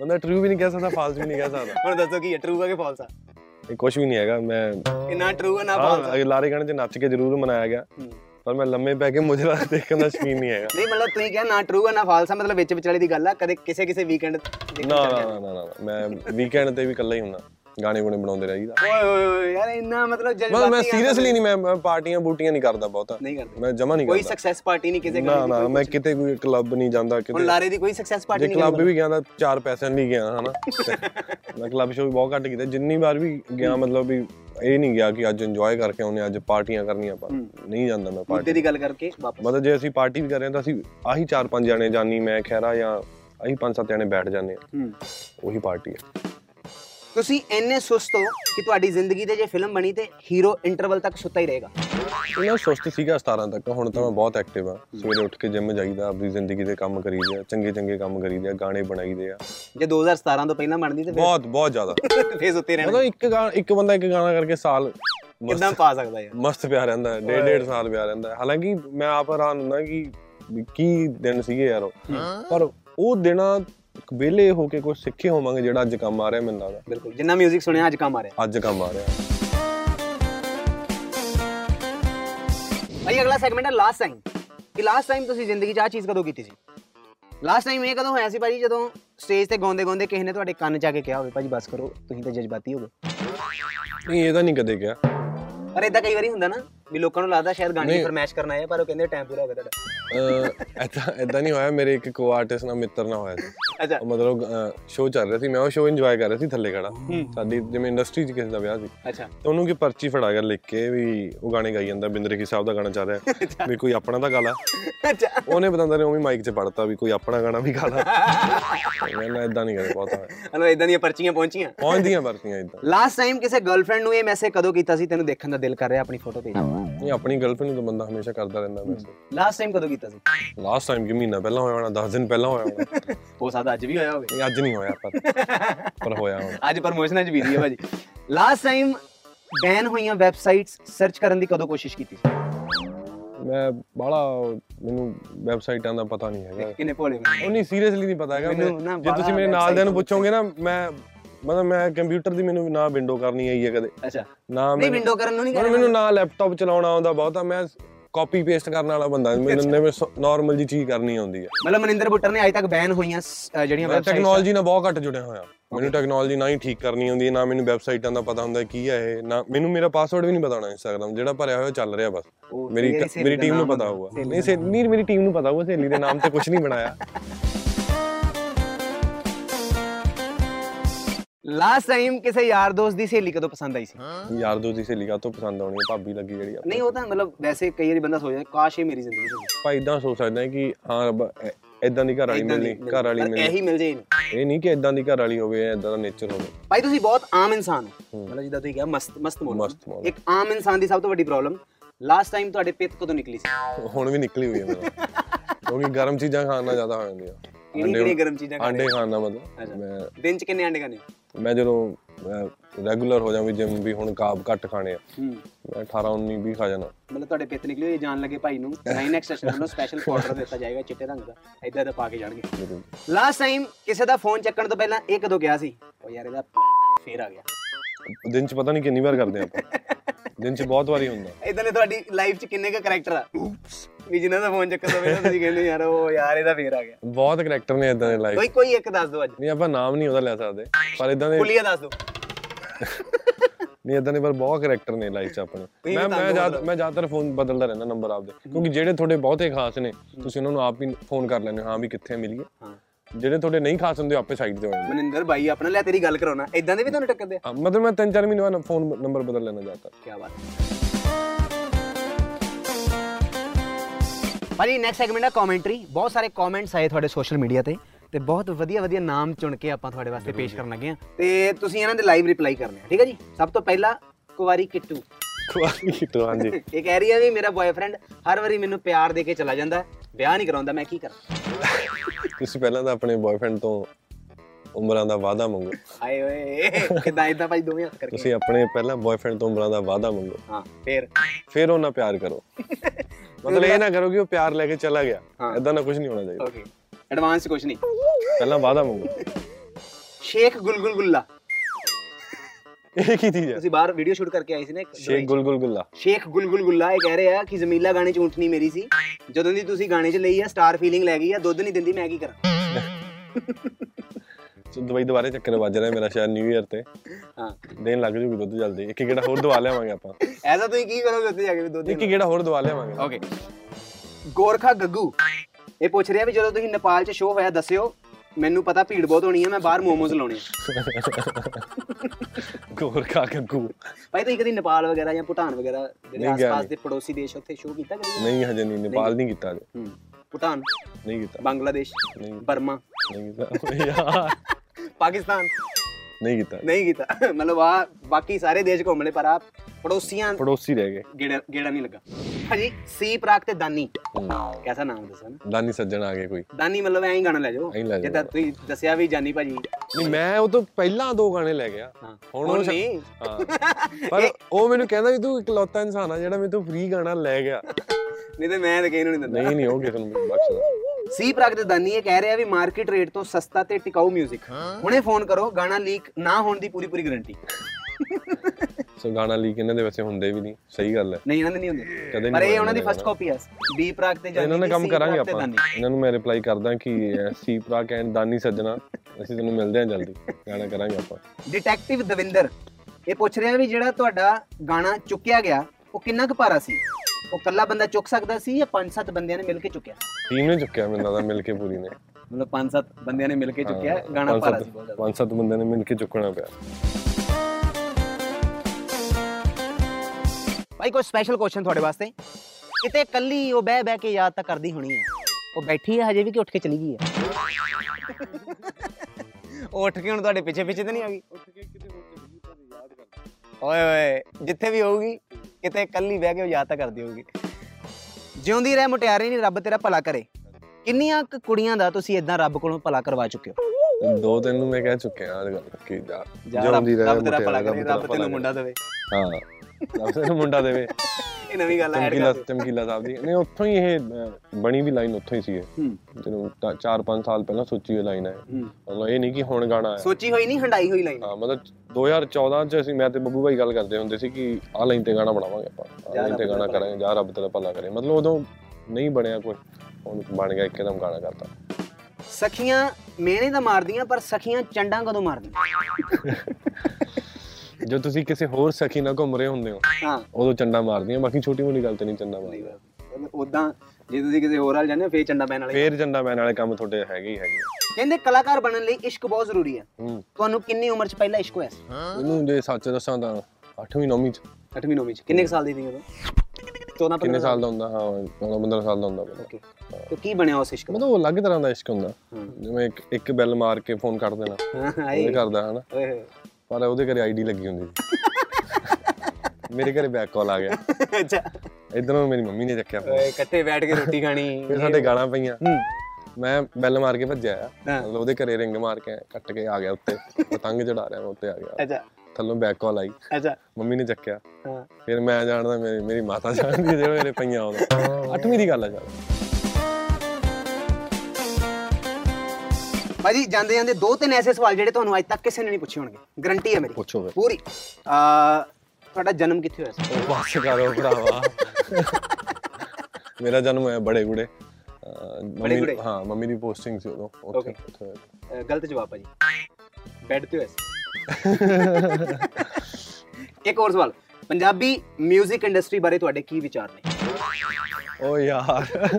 Speaker 3: ਬੰਦਾ ਟਰੂ ਵੀ ਨਹੀਂ ਕਹਿ ਸਕਦਾ ਫਾਲਸ ਵੀ ਨਹੀਂ ਕਹਿ ਸਕਦਾ
Speaker 1: ਹੁਣ ਦੱਸੋ ਕੀ ਟਰੂ ਆ ਕਿ ਫਾਲਸ ਆ
Speaker 3: ਇਹ ਕੁਝ ਵੀ ਨਹੀਂ ਹੈਗਾ ਮੈਂ
Speaker 1: ਇਹ ਨਾ ਟਰੂ ਆ ਨਾ false ਆ
Speaker 3: ਹਾਂ ਲਾਰੇ ਗਾਣੇ 'ਚ ਨੱਚ ਕੇ ਜ਼ਰੂਰ ਮਨਾਇਆ ਗਿਆ
Speaker 1: ਹੂੰ।
Speaker 3: ਪਰ ਮੈਂ ਲੰਮੇ ਪੈ ਕੇ ਮੁਜਰਾ ਦੇਖਣ ਦਾ ਸ਼ੌਕੀਨ
Speaker 1: [LAUGHS]
Speaker 3: ਨਹੀਂ ਹੈਗਾ
Speaker 1: ਨਹੀਂ ਮਤਲਬ ਤੁਸੀਂ ਕਿਹਾ ਨਾ ਟਰੂ ਆ ਨਾ ਫਾਲਸ ਆ ਮਤਲਬ ਵਿੱਚ ਵਿਚਾਲੇ ਦੀ ਗੱਲ ਆ ਕਦੇ ਕਿਸੇ ਕਿਸੇ ਵੀਕਐਂਡ
Speaker 3: ਨਾ ਨਾ ਨਾ, ਨਾ ਨਾ ਨਾ, ਮੈਂ ਵੀਕਐਂਡ ਤੇ ਵੀ ਇਕੱਲਾ ਹੀ ਹੁੰਦਾ ਗਾਣੇ ਗੁਣੇ ਬਣਾਉਂਦੇ ਰਹੀਦਾ
Speaker 1: ਓਏ ਓਏ ਓਏ ਯਾਰ ਇੰਨਾ ਮਤਲਬ
Speaker 3: ਮੈਂ ਮੈਂ
Speaker 1: ਜਜ਼ਬਾਤੀ ਆ।
Speaker 3: ਸੀਰੀਅਸਲੀ ਨਹੀਂ ਮੈਂ ਮੈਂ ਪਾਰਟੀਆਂ ਬੂਟੀਆਂ ਨਹੀਂ ਕਰਦਾ ਬਹੁਤਾ
Speaker 1: ਨਹੀਂ ਕਰਦੇ
Speaker 3: ਮੈਂ ਜਮਾ ਨਹੀਂ
Speaker 1: ਕੋਈ
Speaker 3: ਕਰਦਾ
Speaker 1: ਸਕਸੈਸ ਪਾਰਟੀ ਨਹੀਂ ਕਿਸੇ
Speaker 3: ਨਾ
Speaker 1: ਗਾਣੇ ਦੀ
Speaker 3: ਨਾ ਮੈਂ ਕਿਤੇ ਕੋਈ ਕਲੱਬ ਨਹੀਂ ਜਾਂਦਾ
Speaker 1: ਹੁਣ
Speaker 3: ਕਿਤੇ
Speaker 1: ਲਾਰੇ ਦੀ ਕੋਈ ਸਕਸੈਸ ਪਾਰਟੀ
Speaker 3: ਜੇ
Speaker 1: ਨਹੀਂ
Speaker 3: ਕਲੱਬ ਵੀ ਗਿਆ ਤਾਂ ਚਾਰ ਪੈਸੇ ਨਹੀਂ ਗਿਆ
Speaker 1: [LAUGHS]
Speaker 3: ਹਨਾ ਮੈਂ ਕਲੱਬ ਸ਼ੋਅ ਵੀ ਬਹੁਤ ਘੱਟ ਕੀਤਾ ਜਿੰਨੀ ਵਾਰ ਵੀ ਗਿਆ ਮਤਲਬ ਵੀ ਇਹ ਨਹੀਂ ਗਿਆ ਕਿ ਅੱਜ ਇੰਜੋਏ ਕਰਕੇ ਆਉਨੇ ਅੱਜ ਪਾਰਟੀਆਂ ਕਰਨੀਆਂ ਆਪਾਂ ਨਹੀਂ ਜਾਂਦਾ ਮੈਂ
Speaker 1: ਮੁੱਦੇ
Speaker 3: ਪਾਰਟੀ
Speaker 1: ਦੀ ਗੱਲ ਕਰਕੇ ਵਾਪਸ
Speaker 3: ਮਤਲਬ ਜੇ ਅਸੀਂ ਪਾਰਟੀ ਵੀ ਕਰ ਰਹੇ ਹਾਂ ਤਾਂ ਅਸੀਂ ਆਹੀ ਚਾਰ ਪੰਜ ਜਾਣੇ ਜਾਨੀ ਮੈਂ ਖੈਰਾ ਜਾਂ ਆਹੀ ਪੰਜ ਸੱਤ ਜਾਣੇ ਬੈਠ ਜਾਂਦੇ ਆ
Speaker 1: ਹੂੰ
Speaker 3: ਉਹੀ ਪਾਰਟੀ ਹੈ
Speaker 1: ਤੁਸੀਂ ਇੰਨੇ ਸੁਸਤ ਹੋ ਕਿ ਤੁਹਾਡੀ ਜ਼ਿੰਦਗੀ ਤੇ ਜੇ ਫਿਲਮ ਬਣੀ ਤੇ ਹੀਰੋ ਇੰਟਰਵਲ ਤੱਕ ਸੁੱਤਾ ਹੀ ਰਹੇਗਾ
Speaker 3: ਮੈਂ ਸੁਸਤ ਸੀਗਾ 17 ਤੱਕ ਹੁਣ ਤਾਂ ਮੈਂ ਬਹੁਤ ਐਕਟਿਵ ਆ ਸਵੇਰੇ ਉੱਠ ਕੇ ਜਿਮ ਜਾਈਦਾ ਆਪਣੀ ਜ਼ਿੰਦਗੀ ਦੇ ਕੰਮ ਕਰੀਦੇ ਆ ਚੰਗੇ ਚੰਗੇ ਕੰਮ ਕਰੀਦੇ ਆ ਗਾਣੇ ਬਣਾਈਦੇ ਆ
Speaker 1: ਜੇ 2017 ਤੋਂ ਪਹਿਲਾਂ ਬਣਦੀ ਤੇ
Speaker 3: ਬਹੁਤ ਬਹੁਤ ਜ਼ਿਆਦਾ
Speaker 1: ਫਿਰ ਫੇਰ ਸੁੱਤੇ
Speaker 3: ਮਤਲਬ
Speaker 1: ਰਹਿਣਾ
Speaker 3: ਇੱਕ ਗਾਣਾ ਇੱਕ ਬੰਦਾ ਇੱਕ ਗਾਣਾ ਕਰਕੇ ਸਾਲ ਮਸਤ
Speaker 1: ਕਿੰਨਾ ਪਾ ਸਕਦਾ ਯਾਰ
Speaker 3: ਮਸਤ ਪਿਆ ਰਹਿੰਦਾ ਹੈ ਡੇਢ ਡੇਢ ਸਾਲ ਪਿਆ ਰਹਿੰਦਾ ਹੈ ਹਾਲਾਂਕਿ ਮੈਂ ਆਪ ਹੈਰਾਨ ਹੁੰਦਾ ਕਿ ਵੀ ਕੀ ਦਿਨ ਸੀਗੇ ਯਾਰ ਉਹ ਪਰ ਉਹ ਦਿਨਾਂ ਵਿਹਲੇ ਹੋ ਕੇ ਕੁਝ ਸਿੱਖੇ ਹੋਵਾਂਗੇ ਜਿਹੜਾ ਅੱਜ ਕੰਮ ਆ ਰਿਹਾ ਮੈਨੂੰ ਲੱਗਦਾ
Speaker 1: ਬਿਲਕੁਲ ਜਿੰਨਾ 뮤직 ਸੁਣਿਆ ਅੱਜ ਕੰਮ ਆ ਰਿਹਾ
Speaker 3: ਅੱਜ ਕੰਮ ਆ ਰਿਹਾ
Speaker 1: ਭਾਈ ਅਗਲਾ ਸੈਗਮੈਂਟ ਹੈ ਲਾਸਟ ਟਾਈਮ ਕਿ ਲਾਸਟ ਟਾਈਮ ਤੁਸੀਂ ਜ਼ਿੰਦਗੀ 'ਚ ਆਹ ਚੀਜ਼ ਕਦੋਂ ਕੀਤੀ ਸੀ ਲਾਸਟ ਟਾਈਮ ਇਹ ਕਦੋਂ ਹੋਇਆ ਸੀ ਭਾਜੀ ਜਦੋਂ ਸਟੇਜ ਤੇ ਗਾਉਂਦੇ ਗਾਉਂਦੇ ਕਿਸੇ ਨੇ ਤੁਹਾਡੇ ਕੰਨ 'ਚ ਆ ਕੇ ਕਿਹਾ ਹੋਵੇ ਭਾਜੀ ਬਸ ਕਰੋ ਤੁਸੀਂ ਤਾਂ ਜਜ਼ਬਾਤੀ ਹੋ ਗਏ
Speaker 3: ਨਹੀਂ ਇਹ ਤਾਂ ਨਹੀਂ ਕਦੇ ਕਿਹਾ
Speaker 1: ਪਰ ਇਦਾਂ ਕਈ ਵਾਰੀ ਹੁੰਦਾ ਨਾ ਵੀ ਲੋਕਾਂ ਨੂੰ ਲੱਗਦਾ ਸ਼ਾਇਦ ਗਾਣੇ ਦੀ
Speaker 3: ਨਹੀਂ।
Speaker 1: ਫਰਮੈਸ਼ ਕਰਨ ਆਏ ਆ, ਪਰ ਉਹ ਕਹਿੰਦੇ ਟਾਈਮ ਪੂਰਾ ਹੋ ਗਿਆ ਤੁਹਾਡਾ
Speaker 3: ਐਦਾਂ ਐਦਾਂ ਨਹੀਂ ਹੋਇਆ ਮੇਰੇ ਇੱਕ ਕੋ ਆਰਟਿਸਟ ਨਾਲ ਮਿੱਤਰ ਨਾਲ ਹੋਇਆ ਸੀ
Speaker 1: ਅੱਛਾ
Speaker 3: ਉਹ ਮਤਲਬ ਸ਼ੋਅ ਚੱਲ ਰਿਹਾ ਸੀ ਮੈਂ ਉਹ ਸ਼ੋਅ ਇੰਜੋਏ ਕਰ ਰਿਹਾ ਸੀ ਥੱਲੇ ਖੜਾ ਸਾਡੀ ਜਿਵੇਂ ਇੰਡਸਟਰੀ 'ਚ ਕਿਸੇ ਦਾ ਵਿਆਹ ਸੀ
Speaker 1: ਅੱਛਾ
Speaker 3: ਤੇ ਉਹਨੂੰ ਕੀ ਪਰਚੀ ਫੜਾ ਕੇ ਲਿਖ ਕੇ ਵੀ ਉਹ ਗਾਣੇ ਗਾਈ ਜਾਂਦਾ ਬਿੰਦਰੇ ਕੀ ਸਾਹਿਬ ਦਾ ਗਾਣਾ ਚੱਲ ਰਿਹਾ ਹੈ। ਵੀ ਕੋਈ ਆਪਣਾ ਤਾਂ ਗਾਲਾ
Speaker 1: ਅੱਛਾ
Speaker 3: ਉਹਨੇ ਬਤੰਦਰ ਨੇ ਉਹ ਵੀ ਮਾਈਕ 'ਚ ਪੜਤਾ ਵੀ ਕੋਈ ਆਪਣਾ ਗਾਣਾ ਵੀ ਗਾ ਲਾ ਮੈਂ ਇਦਾਂ ਨਹੀਂ ਕਰੇ ਬਹੁਤਾ
Speaker 1: ਹਲੋ ਇਦਾਂ ਦੀਆਂ ਪਰਚੀਆਂ ਪਹੁੰਚੀਆਂ
Speaker 3: ਪਹੁੰਚਦੀਆਂ ਵਰਤੀਆਂ ਇਦਾਂ
Speaker 1: ਲਾਸਟ ਟਾਈਮ ਕਿਸੇ ਗਰਲਫ੍ਰੈਂਡ ਨੂੰ ਇਹ ਮੈਸੇਜ ਕਦੋਂ ਕੀਤਾ ਸੀ ਤੈਨੂੰ ਦੇਖਣ ਦਾ ਦਿਲ ਕਰ ਰਿਹਾ ਆਪਣੀ ਫੋਟੋ ਤੇ
Speaker 3: ਨਹੀਂ ਆਪਣੀ ਗਰਲਫ੍ਰੈਂਡ ਨੂੰ ਤਾਂ ਬੰਦਾ ਹਮੇਸ਼ਾ ਕਰਦਾ ਰਹਿੰਦਾ ਵੈਸੇ
Speaker 1: ਲਾਸਟ ਟਾਈਮ ਕਦੋਂ ਕੀਤਾ ਸੀ
Speaker 3: ਲਾਸਟ ਟਾਈਮ ਕਿ ਮਹੀਨਾ ਪਹਿਲਾਂ ਹੋਇਆ ਹੋਣਾ 10 ਦਿਨ ਪਹਿਲਾਂ ਹੋਇਆ ਹੋਣਾ
Speaker 1: ਹੋ ਸਕਦਾ ਅੱਜ ਵੀ ਹੋਇਆ ਹੋਵੇ
Speaker 3: ਨਹੀਂ, ਅੱਜ ਨਹੀਂ ਹੋਇਆ ਪਰ ਪਰ ਹੋਇਆ ਹੋਣਾ
Speaker 1: ਅੱਜ ਪ੍ਰਮੋਸ਼ਨਾਂ 'ਚ ਬੀਜੀ ਹੈ ਭਾਜੀ ਲਾਸਟ ਟਾਈਮ ਬੈਨ ਹੋਈਆਂ ਵੈਬਸਾਈਟਸ ਸਰਚ ਕਰਨ ਦੀ ਕਦੋਂ ਕੋਸ਼ਿਸ਼ ਕੀਤੀ ਸੀ
Speaker 3: ਮੈਂ ਬਾਹਲਾ ਮੈਨੂੰ ਵੈਬਸਾਈਟਾਂ ਦਾ ਪਤਾ ਨਹੀਂ ਹੈਗਾ
Speaker 1: ਕਿੰਨੇ ਭੋਲੇ ਬਣੇ।
Speaker 3: ਉਹ ਨਹੀਂ ਸੀਰੀਅਸਲੀ ਨਹੀਂ ਪਤਾ ਹੈਗਾ
Speaker 1: ਮੈਨੂੰ ਨਾ
Speaker 3: ਮੈਂ- ਜੇ ਤੁਸੀਂ
Speaker 1: ਬਾਹਲਾ
Speaker 3: ਮੇਰੇ ਨਾਲ
Speaker 1: website
Speaker 3: ਨੂੰ ਪੁੱਛੋਗੇ ਨਾ ਮੈਂ ਮਤਲਬ ਮੈਂ ਕੰਪਿਊਟਰ ਦੀ ਮੈਨੂੰ ਨਾ ਵਿੰਡੋ ਕਰਨੀ ਆਈ ਹੈ ਕਦੇ
Speaker 1: ਅੱਛਾ
Speaker 3: ਨਾ
Speaker 1: ਨਹੀਂ
Speaker 3: ਮੈਨੂੰ
Speaker 1: ਵਿੰਡੋ ਕਰਨ ਨੂੰ ਨਹੀਂ
Speaker 3: ਮਤਲਬ
Speaker 1: ਕਰਨਾ
Speaker 3: ਮੈਨੂੰ ਨਾ ਲੈਪਟਾਪ ਚਲਾਉਣਾ ਆਉਂਦਾ ਬਹੁਤਾ ਮੈਂ ਕਾਪੀ ਪੇਸਟ ਕਰਨ ਵਾਲਾ ਬੰਦਾ ਮੈਨੂੰ ਨਾਰਮਲ ਜੀ ਚੀਜ਼ ਕਰਨੀ ਆਉਂਦੀ ਹੈ
Speaker 1: ਮਤਲਬ ਮਨਿੰਦਰ ਬੁੱਟਰ ਨੇ ਅਜ ਤੱਕ ਬੈਨ ਹੋਈਆਂ ਸ- ਅ, ਜਿਹੜੀਆਂ
Speaker 3: ਮੈਂ
Speaker 1: ਵੈਬਸਾਈਟਸ
Speaker 3: ਟੈਕਨੋਲੋਜੀ ਨਾਲ ਬਹੁਤ ਘੱਟ ਜੁੜਿਆ ਹੋਇਆ ਮੈਨੂੰ ਟੈਕਨੋਲੋਜੀ ਨਾ ਹੀ ਠੀਕ ਕਰਨੀ ਆਉਂਦੀ ਹੈ ਨਾ ਮੈਨੂੰ ਵੈਬਸਾਈਟਾਂ ਦਾ ਪਤਾ ਹੁੰਦਾ ਕੀ ਹੈ ਇਹ ਨਾ ਮੈਨੂੰ ਮੇਰਾ ਪਾਸਵਰਡ ਵੀ ਨਹੀਂ ਪਤਾ ਹੋਣਾ ਇੰਸਟਾਗ੍ਰam ਜਿਹੜਾ ਭਰਿਆ ਹੋਇਆ ਚੱਲ ਰਿਹਾ ਬਸ
Speaker 1: ਉਹ
Speaker 3: ਮੇਰੀ
Speaker 1: ਸਹੇਲੀ ਦਾ
Speaker 3: ਮੇਰੀ ਟੀਮ ਨੂੰ
Speaker 1: ਨਾਮ
Speaker 3: ਪਤਾ ਹੋਊਗਾ
Speaker 1: ਸਹੇਲੀ
Speaker 3: ਨਹੀਂ ਸਹੇਲੀ ਨਹੀਂ, ਮੇਰੀ ਟੀਮ ਨੂੰ ਪਤਾ ਹੋਊਗਾ ਸਹੇਲੀ ਦੇ ਨਾਮ ਤੇ ਕੁਝ ਨਹੀਂ ਬਣਾਇਆ
Speaker 1: ਲਾਸਟ ਟਾਈਮ ਕਿਸੇ ਯਾਰ ਦੋਸਤ ਦੀ ਸਹੇਲੀ ਕਦੋਂ ਪਸੰਦ ਆਈ ਸੀ
Speaker 3: ਯਾਰ ਦੋਸਤ ਦੀ ਸਹੇਲੀ ਕਾ ਤੋਂ ਪਸੰਦ ਆਉਣੀ ਹੈ ਭਾਬੀ ਲੱਗੀ ਜਿਹੜੀ ਆ।
Speaker 1: ਨਹੀਂ ਉਹ ਤਾਂ ਮਤਲਬ ਵੈਸੇ ਕਈ ਵਾਰੀ ਬੰਦਾ ਸੋਚਦਾ ਕਾਸ਼ ਇਹ ਮੇਰੀ ਜ਼ਿੰਦਗੀ ਚ ਹੁੰਦੀ
Speaker 3: ਆਪਾਂ ਇਦਾਂ ਸੋਚ ਸਕਦੇ ਹਾਂ ਕਿ ਹਾਂ ਰੱਬ ਇਦਾਂ ਦੀ ਘਰ ਵਾਲੀ
Speaker 1: ਏਦਾਂ ਦੀ
Speaker 3: ਮਿਲਣੀ ਘਰ ਵਾਲੀ
Speaker 1: ਪਰ
Speaker 3: ਮਿਲਣੀ
Speaker 1: ਇਹੀ ਮਿਲ ਜੇ ਇਹਨੂੰ।
Speaker 3: ਇਹ ਨਹੀਂ ਕਿ ਇਦਾਂ ਦੀ ਘਰ ਵਾਲੀ ਹੋਵੇ ਜਾਂ ਇਦਾਂ ਦਾ ਨੇਚਰ ਹੋਵੇ
Speaker 1: ਭਾਈ ਤੁਸੀਂ ਬਹੁਤ ਆਮ ਇਨਸਾਨ ਹੋ ਮਤਲਬ ਜਿੱਦਾਂ ਤੁਸੀਂ ਕਿਹਾ ਮਸਤ ਮਸਤ ਮੋਲ
Speaker 3: ਮਸਤ ਮੌਲ।
Speaker 1: ਇੱਕ ਆਮ ਇਨਸਾਨ ਦੀ ਸਭ ਤੋਂ ਵੱਡੀ ਪ੍ਰੋਬਲਮ ਲਾਸਟ ਟਾਈਮ ਤੁਹਾਡੇ ਪਿੱਤ ਕਦੋਂ ਨਿਕਲੀ ਸੀ
Speaker 3: ਹੁਣ ਵੀ ਨਿਕਲੀ ਹੋਈ ਹੈ ਮੇਰਾ ਕਿਉਂਕਿ ਗਰਮ ਚੀਜ਼ਾਂ ਖਾਣ ਨਾਲ ਜ਼ਿਆਦਾ ਹੋ ਜਾਂਦੀ ਆ
Speaker 1: ਕਿਹੜੀ ਕਿਹੜੀ ਗਰਮ ਚੀਜ਼ਾਂ ਖਾਂਦੇ
Speaker 3: ਆਂਡੇ ਖਾਣ ਨਾਲ
Speaker 1: ਅੱਛਾ।
Speaker 3: ਮਤਲਬ ਮੈਂ
Speaker 1: ਦਿਨ ਚ ਕਿੰਨੇ ਅੰਡੇ ਖਾਣੇ
Speaker 3: ਮੈਂ ਜਦੋਂ ਰੈਗੂਲਰ ਹੋ ਜਾਵਾਂ ਜਿਮ ਵੀ ਹੁਣ ਕਾਬ ਘੱਟ ਖਾਣੇ ਆ
Speaker 1: ਹੂੰ
Speaker 3: ਮੈਂ 18 19 20 ਖਾ ਜਾਣਾ
Speaker 1: ਮਤਲਬ ਤੁਹਾਡੇ ਪਿੱਤ ਨਿਕਲੀ ਹੋਈ ਜਾਣ ਲੱਗੇ ਭਾਈ ਨੂੰ 9x ਸੈਸ਼ਨ ਨੂੰ ਸਪੈਸ਼ਲ ਪਾਊਡਰ ਦਿੱਤਾ ਜਾਏਗਾ ਚਿੱਟੇ ਰੰਗ ਦਾ ਐਦਾਂ ਦਾ ਪਾ ਕੇ ਜਾਣਗੇ
Speaker 3: ਜ਼ਰੂਰ।
Speaker 1: ਲਾਸਟ ਟਾਈਮ ਕਿਸੇ ਦਾ ਫੋਨ ਚੱਕਣ ਤੋਂ ਪਹਿਲਾਂ ਇਹ ਕਦੋਂ ਗਿਆ ਸੀ ਉਹ ਯਾਰ ਇਹਦਾ ਫੇਰ ਆ ਗਿਆ
Speaker 3: ਦਿਨ ਚ ਪਤਾ ਨਹੀਂ ਕਿੰਨੀ ਵਾਰ ਕਰਦੇ ਆ ਆਪਾਂ ਦਿਨ ਚ ਬਹੁਤ ਵਾਰੀ ਹੁੰਦਾ
Speaker 1: ਇਦਾਂ ਦੇ ਤੁਹਾਡੀ ਲਾਈਫ 'ਚ ਕਿੰਨੇ ਕੁ ਕੈਰੈਕਟਰ ਆ ਵੀ ਜਿਨ੍ਹਾਂ ਦਾ ਫੋਨ ਚੱਕਣ ਤੋਂ ਪਹਿਲਾਂ ਤੁਸੀਂ ਕਹਿੰਦੇ ਯਾਰ ਉਹ ਯਾਰ ਇਹਦਾ ਫੇਰ ਆ ਗਿਆ
Speaker 3: ਬਹੁਤ ਕੈਰੈਕਟਰ ਨੇ ਇਦਾਂ ਦੇ ਲਾਈਫ
Speaker 1: ਕੋਈ ਕੋਈ ਇੱਕ ਦੱਸ ਦਿਓ ਅੱਜ
Speaker 3: ਨਹੀਂ ਆਪਾਂ ਨਾਮ ਨਹੀਂ ਉਹਦਾ ਲੈ ਸਕਦੇ ਪਰ ਇਦਾਂ ਦੇ
Speaker 1: ਕੁਲੀਆ ਦੱਸ ਦਿਓ
Speaker 3: ਨਹੀਂ ਇਦਾਂ ਦੇ ਪਰ ਬਹੁਤ ਕੈਰੈਕਟਰ ਨੇ ਲਾਈਫ 'ਚ ਆਪਣੇ ਮੈਂ ਮੈਂ ਜ਼ਿਆਦਾ ਮੈਂ ਜ਼ਿਆਦਾਤਰ ਫੋਨ ਬਦਲਦਾ ਰਹਿੰਦਾ ਨੰਬਰ ਆਪਦੇ ਕਿਉਂਕਿ ਜਿਹੜੇ ਤੁਹਾਡੇ ਬਹੁਤੇ ਖਾਸ ਨੇ ਤੁਸੀਂ ਉਹਨਾਂ ਨੂੰ ਆਪ ਹੀ ਫੋਨ ਕਰ ਲੈਂਦੇ ਹੋ, ਹਾਂ ਵੀ ਕਿੱਥੇ ਮਿਲੀਏ
Speaker 1: ਹਾਂ
Speaker 3: ਜਿਹੜੇ ਤੁਹਾਡੇ ਨਹੀਂ ਖਾਸ ਹੁੰਦੇ ਉਹ ਆਪੇ ਸਾਈਡ ਤੇ ਹੋ ਜਾਂਦੇ
Speaker 1: ਮਨਿੰਦਰ ਭਾਈ ਆਪਣਾ ਲੈ ਤੇਰੀ ਗੱਲ ਕਰਾਉਣਾ ਇਦਾਂ ਦੇ ਵੀ ਤੁਹਾਨੂੰ ਟੱਕਰਦੇ ਆ
Speaker 3: ਹਾਂ, ਮਤਲਬ ਮੈਂ ਤਿੰਨ ਚਾਰ ਮਹੀਨੇ ਬਾਅਦ ਫੋਨ ਨੰਬਰ ਬਦਲ ਲੈਣਾ ਜ਼ਿਆਦਾ
Speaker 1: ਕੀ ਬਾਤ ਹੈ ਭਾਜੀ ਨੈਕਸਟ ਸੈਗਮੈਂਟ ਆ ਕਮੈਂਟਰੀ ਬਹੁਤ ਸਾਰੇ ਕਮੈਂਟਸ ਆਏ ਤੁਹਾਡੇ ਸੋਸ਼ਲ ਮੀਡੀਆ ਤੇ ਤੇ ਬਹੁਤ ਵਧੀਆ ਵਧੀਆ ਨਾਮ ਚੁਣ ਕੇ ਆਪਾਂ ਤੁਹਾਡੇ ਵਾਸਤੇ ਪੇਸ਼ ਕਰਨ ਲੱਗੇ ਆ ਤੇ ਤੁਸੀਂ ਇਹਨਾਂ ਦੇ ਲਾਈਵ ਰਿਪਲਾਈ ਕਰਨੇ ਆ ਠੀਕ ਹੈ ਜੀ ਸਭ ਤੋਂ ਪਹਿਲਾਂ ਕੁਵਾਰੀ ਕਿੱਟੂ
Speaker 3: ਕੁਆਲਿਟੀ ਹਾਂਜੀ
Speaker 1: ਇਹ ਕਹਿ ਰਹੀ ਆ ਵੀ ਮੇਰਾ ਬॉयਫ੍ਰੈਂਡ ਹਰ ਵਾਰੀ ਮੈਨੂੰ ਪਿਆਰ ਦੇ ਕੇ ਚਲਾ ਜਾਂਦਾ ਵਿਆਹ ਨਹੀਂ ਕਰਾਉਂਦਾ ਮੈਂ ਕੀ ਕਰਾਂ
Speaker 3: ਤੁਸੀਂ ਪਹਿਲਾਂ ਤਾਂ ਆਪਣੇ ਬॉयਫ੍ਰੈਂਡ ਤੋਂ ਉਮਰਾਂ ਦਾ ਵਾਅਦਾ ਮੰਗੋ
Speaker 1: ਆਏ ਓਏ ਕਿਦਾਂ ਇਦਾਂ ਭਾਈ ਦੋਵੇਂ ਹੱਥ ਕਰਕੇ
Speaker 3: ਤੁਸੀਂ ਆਪਣੇ ਪਹਿਲਾਂ ਬॉयਫ੍ਰੈਂਡ ਤੋਂ ਉਮਰਾਂ ਦਾ ਵਾਅਦਾ ਮੰਗੋ
Speaker 1: ਹਾਂ ਫੇਰ
Speaker 3: ਫਿਰ ਉਹਨਾਂ ਪਿਆਰ ਕਰੋ ਮਤਲਬ ਇਹ ਨਾ ਕਰੋ ਕਿ ਉਹ ਪਿਆਰ ਲੈ ਕੇ ਚਲਾ ਗਿਆ ਇਦਾਂ ਨਾ ਕੁਝ ਨਹੀਂ ਹੋਣਾ ਚਾਹੀਦਾ
Speaker 1: ਓਕੇ ਐਡਵਾਂਸ ਕੁਛ ਨਹੀਂ
Speaker 3: ਪਹਿਲਾਂ ਵਾਅਦਾ ਮੰਗੋ
Speaker 1: ਸ਼ੇਖ ਗੁਲਗੁਲ ਗੁੱਲਾ
Speaker 3: ਇਹ ਕੀ ਚੀਜ਼ ਹੈ
Speaker 1: ਤੁਸੀਂ ਬਾਹਰ ਵੀਡੀਓ ਸ਼ੂਟ ਕਰਕੇ ਆਏ ਸੀ ਨਾ ਇੱਕ
Speaker 3: ਸ਼ੇਖ ਗੁਲਗੁਲ ਗੁੱਲਾ
Speaker 1: ਸ਼ੇਖ ਗੁਲਗੁਲ ਗੁੱਲਾ ਇਹ ਕਹਿ ਰਹੇ ਆ ਕਿ ਜ਼ਮੀਲਾ ਗਾਣੇ ਚ ਉਂਠਣੀ ਮੇਰੀ ਸੀ ਜਦੋਂ ਦੀ ਤੁਸੀਂ ਗਾਣੇ ਚ ਲਈ ਆ ਸਟਾਰ ਫੀਲਿੰਗ ਲੈ ਗਈ ਆ ਦੁੱਧ ਨਹੀਂ ਦਿੰਦੀ ਮੈਂ ਕੀ ਕਰਾਂ
Speaker 3: ਸੋ ਦੁਬਈ ਦੁਬਾਰੇ ਚੱਕਰ ਵੱਜ ਰਿਹਾ ਮੇਰਾ ਸ਼ਾਇਦ ਨਿਊ ਇਅਰ ਤੇ
Speaker 1: ਹਾਂ
Speaker 3: ਦੇਣ ਲੱਗ ਜੂਗੀ ਦੁੱਧ ਜਲਦੀ ਇੱਕ ਗੇੜਾ ਹੋਰ ਦਵਾ ਲਿਆਵਾਂਗੇ ਆਪਾਂ
Speaker 1: ਐਸਾ ਤੁਸੀਂ ਕੀ ਕਰੋਗੇ ਉੱਥੇ ਜਾ ਕੇ ਵੀ ਦੁੱਧ
Speaker 3: ਇੱਕ ਗੇੜਾ ਹੋਰ ਦਵਾ ਲਿਆਵਾਂਗੇ
Speaker 1: ਓਕੇ ਗੋਰਖਾ ਗੱਗੂ ਇਹ ਪੁੱਛ ਰਿਹਾ ਵੀ ਜਦੋਂ ਤੁਸੀਂ ਨੇਪਾਲ ਚ ਸ਼ੋਅ ਹੋਇਆ ਦੱਸਿਓ ਮੈਨੂੰ ਪਤਾ ਭੀੜ ਬਹੁਤ ਹੋਣੀ ਹੈ ਮੈਂ ਬਾਹਰ ਮੋਮੋਜ਼ ਲਾਉਣੇ ਆ
Speaker 3: ਗੋਰ ਖਾ ਗੱਗੂ
Speaker 1: ਭਾਈ ਤੁਸੀਂ ਕਦੀ ਨੇਪਾਲ ਵਗੈਰਾ ਜਾਂ ਭੂਟਾਨ ਵਗੈਰਾ ਜਿਹੜੇ
Speaker 3: ਨਹੀਂ ਗਿਆ
Speaker 1: ਆਸ-ਪਾਸ
Speaker 3: ਨਹੀਂ।
Speaker 1: ਦੇ ਪੜੋਸੀ ਦੇਸ਼ ਉੱਥੇ ਸ਼ੋਅ ਕੀਤਾ ਕਦੀ
Speaker 3: ਨਹੀਂ ਹਜੇ ਨਹੀਂ ਨੇਪਾਲ ਨਹੀਂ ਕੀਤਾ ਹਜੇ
Speaker 1: ਹੂੰ ਭੂਟਾਨ
Speaker 3: ਨਹੀਂ ਕੀਤਾ
Speaker 1: ਬੰਗਲਾਦੇਸ਼
Speaker 3: ਨਹੀਂ
Speaker 1: ਬਰਮਾ
Speaker 3: ਨਹੀਂ ਕੀਤਾ ਯਾਰ
Speaker 1: ਪਾਕਿਸਤਾਨ
Speaker 3: ਨਹੀਂ ਕੀਤਾ
Speaker 1: ਨਹੀਂ ਕੀਤਾ ਮਤਲਬ ਆ ਬਾਕੀ ਸਾਰੇ ਦੇਸ਼ ਘੁੰਮ ਲਏ ਪਰ ਆ ਪੜੋਸੀਆਂ
Speaker 3: ਪੜੋਸੀ ਰਹਿ ਗਏ
Speaker 1: ਗੇੜਾ ਗੇੜਾ ਨਹੀਂ ਲੱਗਾ ਹਾਂਜੀ ਸੀ ਪ੍ਰਾਕ ਤੇ ਦਾਨੀ ਕਿਹਦਾ ਨਾਮ ਦੱਸਿਆ ਨਾ
Speaker 3: ਦਾਨੀ ਸੱਜਣ ਆ ਗਏ ਕੋਈ
Speaker 1: ਦਾਨੀ ਮਤਲਬ ਐਂ ਹੀ ਗਾਣਾ ਲੈ ਜਾਓ
Speaker 3: ਐਂ ਹੀ ਲੈ ਜਾਓ।
Speaker 1: ਜਿੱਦਾਂ ਤੁਸੀਂ ਦੱਸਿਆ ਵੀ ਜਾਨੀ ਭਾਜੀ
Speaker 3: ਨਹੀਂ ਮੈਂ ਉਹ ਤੋਂ ਪਹਿਲਾਂ ਦੋ ਗਾਣੇ ਲੈ ਗਿਆ
Speaker 1: ਹਾਂ
Speaker 3: ਹੁਣ ਉਹ
Speaker 1: ਹੁਣ
Speaker 3: ਸ਼ਾ-
Speaker 1: ਨਹੀਂ
Speaker 3: ਹਾਂ। ਪਰ ਉਹ ਮੈਨੂੰ ਕਹਿੰਦਾ ਵੀ ਤੂੰ ਇਕਲੌਤਾ ਇਨਸਾਨ ਆ ਜਿਹੜਾ ਮੇਰੇ ਤੋਂ ਫ੍ਰੀ ਗਾਣਾ ਲੈ ਗਿਆ
Speaker 1: ਨਹੀਂ ਤੇ ਮੈਂ ਤਾਂ ਕਿਸੇ ਨੂੰ ਨਹੀਂ ਦਿੰਦਾ
Speaker 3: ਨਹੀਂ ਨਹੀਂ ਉਹ ਕਿਸੇ ਨੂੰ ਬਖਸ਼ਦਾ
Speaker 1: ਸੀ ਪ੍ਰਾਕ ਤੇ ਦਾਨੀ ਇਹ ਕਹਿ ਰਿਹਾ ਵੀ ਮਾਰਕੀਟ ਰੇਟ ਤੋਂ ਸਸਤਾ ਤੇ ਟਿਕਾਊ 뮤직 ਹੁਣੇ ਫੋਨ ਕਰੋ ਗਾਣਾ ਲੀਕ ਨਾ ਹੋਣ ਦੀ ਪੂਰੀ ਪੂਰੀ ਗਾਰੰਟੀ
Speaker 3: ਸੋ ਗਾਣਾ ਲੀਕ ਇਹਨਾਂ ਦੇ ਵੈਸੇ ਹੁੰਦੇ ਵੀ ਨਹੀਂ ਸਹੀ ਗੱਲ ਹੈ
Speaker 1: ਨਹੀਂ ਇਹਨਾਂ ਦੇ ਨਹੀਂ ਹੁੰਦੇ
Speaker 3: ਕਦੇ ਨਹੀਂ
Speaker 1: ਪਰ ਇਹ
Speaker 3: ਹੋਇਆ
Speaker 1: ਉਹਨਾਂ ਦੀ
Speaker 3: ਇਹਨਾਂ
Speaker 1: ਫਸਟ ਕਾਪੀ ਆ ਬੀ ਪ੍ਰਾਕ ਤੇ ਜਾਨੀ
Speaker 3: ਇਹਨਾਂ ਨਾਲ
Speaker 1: ਦੀ,
Speaker 3: ਕੰਮ
Speaker 1: ਸੀ ਪ੍ਰਾਕ
Speaker 3: ਕਰਾਂਗੇ
Speaker 1: ਤੇ
Speaker 3: ਆਪਾਂ
Speaker 1: ਦਾਨੀ।
Speaker 3: ਇਹਨਾਂ ਨੂੰ ਮੈਂ ਰਿਪਲਾਈ ਕਰਦਾ ਕਿ ਸੀਪਰਾ ਕੈਂਡ ਦਾਨੀ ਸੱਜਣਾ ਅਸੀਂ ਤੁਹਾਨੂੰ ਮਿਲਦੇ ਹਾਂ ਜਲਦੀ ਗਾਣਾ ਕਰਾਂਗੇ ਆਪਾਂ
Speaker 1: ਡਿਟੈਕਟਿਵ ਦਵਿੰਦਰ ਇਹ ਪੁੱਛ ਰਿਹਾ ਵੀ ਜਿਹੜਾ ਤੁਹਾਡਾ ਗਾਣਾ ਚੁੱਕਿਆ ਗਿਆ ਉਹ ਕਿੰਨਾ ਕੁ ਭਾਰਾ ਸੀ ਉਹ ਇਕੱਲਾ ਬੰਦਾ ਚੁੱਕ ਸਕਦਾ ਸੀ ਜਾਂ ਪੰਜ ਸੱਤ ਬੰਦਿਆਂ ਨੇ ਮਿਲ ਕੇ ਚੁੱਕਿਆ
Speaker 3: ਟੀਮ ਨੇ ਚੁੱਕਿਆ ਮੈਨੂੰ ਲੱਗਦਾ ਮਿਲ ਕੇ ਪੂਰੀ ਨੇ
Speaker 1: ਮਤਲਬ ਪੰਜ ਸੱਤ ਬੰਦਿਆਂ ਨੇ ਮਿਲ ਕੇ ਚੁੱਕਿਆ
Speaker 3: ਹਾਂ,
Speaker 1: ਗਾਣਾ
Speaker 3: ਪੰਜ
Speaker 1: ਭਾਰਾ
Speaker 3: ਸੱਤ-
Speaker 1: ਸੀ ਬਹੁਤ ਜ਼ਿਆਦਾ
Speaker 3: ਪੰਜ ਸੱਤ ਬੰਦਿਆਂ ਨੇ ਮਿਲ ਕੇ ਚੁੱਕਣਾ ਪਿਆ
Speaker 1: ਭਾਈ ਕੋਈ ਸਪੈਸ਼ਲ ਕੁਐਸਚਨ ਤੁਹਾਡੇ ਵਾਸਤੇ ਕਿਤੇ ਕੱਲੀ ਉਹ ਬਹਿ ਬਹਿ ਕੇ ਯਾਦ ਤਾਂ ਕਰਦੀ ਹੋਣੀ ਹੈ ਉਹ ਬੈਠੀ ਹੈ ਹਜੇ ਵੀ ਕਿ ਉੱਠ ਕੇ ਚਲੀ ਗਈ ਹੈ ਉਹ ਉੱਠ ਕੇ ਹੁਣ ਤੁਹਾਡੇ ਪਿੱਛੇ ਪਿੱਛੇ ਤਾਂ ਨਹੀਂ ਆ ਗਈ ਓਏ ਓਏ ਜਿੱਥੇ ਵੀ ਹੋਊਗੀ ਕਿਤੇ ਕੱਲੀ ਬਹਿ ਕੇ ਉਹ ਯਾਦ ਤਾਂ ਕਰਦੀ ਹੋਊਗੀ ਜਿਉਂਦੀ ਰਹਿ ਮੁਟਿਆਰੀ ਨਹੀਂ ਰੱਬ ਤੇਰਾ ਭਲਾ ਕਰੇ ਕਿੰਨੀਆਂ ਕੁ ਕੁੜੀਆਂ ਦਾ ਤੁਸੀਂ ਇਦਾਂ ਰੱਬ ਕੋਲੋਂ ਭਲਾ ਕਰਵਾ ਚੁੱਕੇ ਹੋ
Speaker 3: ਦੋ ਤਿੰਨ ਨੂੰ ਮੈਂ ਕਹਿ ਚੁੱਕਿਆ ਹਾਂ ਗੱਲ ਕਿ ਜਾ
Speaker 1: ਜਾਂ ਰੱਬ-
Speaker 3: ਜਿਉਂਦੀ ਰਹਿ
Speaker 1: ਰੱਬ ਤੇਰਾ
Speaker 3: ਮੁਟਿਆਰ,
Speaker 1: ਭਲਾ ਕਰੇ
Speaker 3: ਤੇਰਾ
Speaker 1: ਰੱਬ
Speaker 3: ਭਲਾ
Speaker 1: ਤੈਨੂੰ ਮੁੰਡਾ ਦੇਵੇ
Speaker 3: ਕਰੇ। ਹਾਂ ਰੱਬ ਤੈਨੂੰ ਮੁੰਡਾ ਦੇਵੇ
Speaker 1: ਇਹ ਨਵੀਂ ਗੱਲ ਐਡ
Speaker 3: ਚਮਕੀਲਾ
Speaker 1: ਕਰ ਦਿਓ।
Speaker 3: ਚਮਕੀਲਾ ਸਾਹਿਬ ਦੀ ਨਹੀਂ ਉੱਥੋਂ ਹੀ ਇਹ ਅਹ, ਬਣੀ ਵੀ ਲਾਈਨ ਉੱਥੋਂ ਹੀ ਸੀ ਇਹ
Speaker 1: ਹੂੰ,
Speaker 3: ਜਦੋਂ 4-5 ਸਾਲ ਪਹਿਲਾਂ ਸੋਚੀ ਹੋਈ ਲਾਈਨ ਹੈ
Speaker 1: ਹੂੰ।
Speaker 3: ਮਤਲਬ ਇਹ ਨਹੀਂ ਕਿ ਹੁਣ ਗਾਣਾ ਆਇਆ
Speaker 1: ਸੋਚੀ ਹੋਈ ਨਹੀਂ ਹੰਡਾਈ ਹੋਈ ਲਾਈਨ
Speaker 3: ਹਾਂ ਮਤਲਬ 2014 ਚ ਅਸੀਂ ਮੈਂ ਤੇ ਬੱਬੂ ਭਾਈ ਗੱਲ ਕਰਦੇ ਹੁੰਦੇ ਸੀ ਕਿ ਆਹ ਲਾਈਨ ਤੇ ਗਾਣਾ ਬਣਾਵਾਂਗੇ ਆਪਾਂ ਆਹ
Speaker 1: ਯਾਰ
Speaker 3: ਲਾਈਨ ਤੇ
Speaker 1: ਰੱਬ
Speaker 3: ਗਾਣਾ
Speaker 1: ਤੇਰਾ
Speaker 3: ਕਰਾਂਗੇ ਯਾਰ ਰੱਬ ਤੇਰਾ ਭਲਾ ਕਰੇ ਮਤਲਬ ਉਦੋਂ ਨਹੀਂ ਬਣਿਆ ਕੁਝ ਹੁਣ ਬਣ ਗਿਆ ਇੱਕਦਮ ਗਾਣਾ ਕਰਤਾ
Speaker 1: ਸਖੀਆਂ ਮੈਨੇ ਤਾਂ ਮਾਰਦੀਆਂ ਪਰ ਸਖੀਆਂ ਚੰਡਾਂ ਕਦੋਂ ਮਾਰਦੀਆਂ
Speaker 3: ਜੋ ਤੁਸੀਂ ਕਿਸੇ ਹੋਰ ਸਖੀ ਨਾਲ ਘੁੰਮ ਰਹੇ ਹੁੰਦੇ ਹੋ
Speaker 1: ਹਾਂ
Speaker 3: ਉਦੋਂ ਚੰਡਾ ਮਾਰਦੀਆਂ ਬਾਕੀ ਛੋਟੀ ਮੋਟੀ ਗੱਲ ਤੇ ਨਹੀਂ ਚੰਡਾ ਮਾਰਦੀਆਂ
Speaker 1: ਉਦਾਂ ਜੇ ਤੁਸੀਂ ਕਿਸੇ ਹੋਰ ਹਾਲ ਜਾਂਦੇ ਹੋ ਫੇਰ ਚੰਡਾ ਪੈਣ ਵਾਲੇ
Speaker 3: ਫੇਰ ਚੰਡਾ ਮੈਨ ਵਾਲੇ ਕੰਮ ਤੁਹਾਡੇ ਹੈਗੇ ਹੀ ਹੈਗੇ
Speaker 1: ਕਹਿੰਦੇ ਕਲਾਕਾਰ ਬਣਨ ਲਈ ਇਸ਼ਕ ਬਹੁਤ ਜ਼ਰੂਰੀ ਹੈ
Speaker 3: ਹੂੰ
Speaker 1: ਤੁਹਾਨੂੰ ਕਿੰਨੀ ਉਮਰ 'ਚ ਪਹਿਲਾ ਇਸ਼ਕ ਹੋਇਆ ਸੀ
Speaker 3: ਇਹਨੂੰ ਜੇ ਸੱਚ ਦੱਸਾਂ ਤਾਂ 8ਵੀਂ 9ਵੀਂ ਚ
Speaker 1: 8ਵੀਂ 9ਵੀਂ 'ਚ ਕਿੰਨੇ ਕੁ ਸਾਲ ਦੀ ਸੀ ਉਦੋਂ 14
Speaker 3: ਕਿੰਨੇ ਸਾਲ ਦਾ ਹੁੰਦਾ ਹਾਂ 15 ਸਾਲ ਦਾ ਹੁੰਦਾ ਬੰਦਾ
Speaker 1: ਓਕੇ ਤੇ ਕੀ ਬਣਿਆ ਉਸ ਇਸ਼ਕ
Speaker 3: ਮਤਲਬ ਉਹ ਅਲੱਗ ਤਰ੍ਹਾਂ ਦਾ ਇਸ਼ਕ ਹੁੰਦਾ
Speaker 1: ਹਾਂ।
Speaker 3: ਜਿਵੇਂ ਇੱਕ ਇੱਕ ਬੈਲ ਮਾਰ ਕੇ ਫੋਨ ਕਰ ਦੇਣਾ
Speaker 1: ਦਾ
Speaker 3: ਇਹ
Speaker 1: ਹਾਏ
Speaker 3: ਕਰਦਾ ਹਨਾ
Speaker 1: ਓਏ ਹੋਏ।
Speaker 3: ਪਰ ਉਹਦੇ ਘਰੇ ਆਈਡੀ ਲੱਗੀ ਹੁੰਦੀ ਸੀ ਮੇਰੇ ਘਰੇ ਬੈਕ ਕਾਲ ਆ ਗਿਆ
Speaker 1: ਅੱਛਾ
Speaker 3: ਇਧਰੋਂ ਮੇਰੀ ਮੰਮੀ ਨੇ ਚੱਕਿਆ phone।
Speaker 1: ਓਏ ਇਕੱਠੇ ਬੈਠ ਕੇ ਰੋਟੀ ਖਾਣੀ
Speaker 3: ਫਿਰ ਸਾਡੇ ਗਾਲਾਂ ਪਈਆਂ
Speaker 1: ਹੂੰ
Speaker 3: ਮੈਂ ਬੈਲ ਮਾਰ ਕੇ ਭੱਜਿਆ ਆ
Speaker 1: ਹਾਂ।
Speaker 3: ਮਤਲਬ ਉਹਦੇ ਘਰੇ ਰਿੰਗ ਮਾਰ ਕੇ ਕੱਟ ਕੇ ਆ ਗਿਆ ਉੱਤੇ ਪਤੰਗ ਚੜਾ ਰਿਹਾ ਮੈਂ ਉੱਤੇ ਆ ਗਿਆ
Speaker 1: ਅੱਛਾ
Speaker 3: ਥੱਲੋਂ ਬੈਕ ਕਾਲ ਆਈ
Speaker 1: ਅੱਛਾ
Speaker 3: ਮੰਮੀ ਨੇ ਚੱਕਿਆ
Speaker 1: ਹਾਂ
Speaker 3: ਫਿਰ ਮੈਂ ਜਾਣਦਾ ਮੇਰੀ ਮੇਰੀ ਮਾਤਾ ਜਾਣਦੀ ਜਿਹੜੇ ਮੇਰੇ ਪਈਆਂ ਉਹਦਾ 8ਵੀਂ ਦੀ ਗੱਲ ਆ ਯਾਰ
Speaker 1: ਭਾਜੀ ਜਾਂਦੇ ਜਾਂਦੇ ਦੋ ਤਿੰਨ ਐਸੇ ਸਵਾਲ ਜਿਹੜੇ ਤੁਹਾਨੂੰ ਅੱਜ ਤੱਕ ਕਿਸੇ ਨੇ ਨਹੀਂ ਪੁੱਛੇ ਹੋਣਗੇ ਗਰੰਟੀ ਹੈ ਮੇਰੀ
Speaker 3: ਪੁੱਛੋ ਫਿਰ।
Speaker 1: ਪੂਰੀ ਆ ਤੁਹਾਡਾ ਜਨਮ ਕਿੱਥੇ ਹੋਇਆ ਸੀ
Speaker 3: ਉਹ ਬਸ ਕਰੋ ਭਰਾਵਾ ਮੇਰਾ ਜਨਮ ਹੋਇਆ ਬੜੇ ਗੁੜੇ ਅਹ, ਮੰਮੀ
Speaker 1: ਗੁੜੇ?
Speaker 3: ਹਾਂ ਮੰਮੀ ਦੀ ਪੋਸਟਿੰਗ ਸੀ ਉਦੋਂ ਉੱਥੇ
Speaker 1: Okay.
Speaker 3: ਉੱਥੇ ਹੋਇਆ ਸੀ।
Speaker 1: ਅਹ ਗਲਤ ਜਵਾਬ ਭਾਜੀ ਬੈੱਡ ਤੇ ਹੋਇਆ ਸੀ ਇੱਕ ਹੋਰ ਸਵਾਲ ਪੰਜਾਬੀ 뮤직 ਇੰਡਸਟਰੀ ਬਾਰੇ ਤੁਹਾਡੇ ਕੀ ਵਿਚਾਰ ਨੇ
Speaker 3: ਓ ਯਾਰ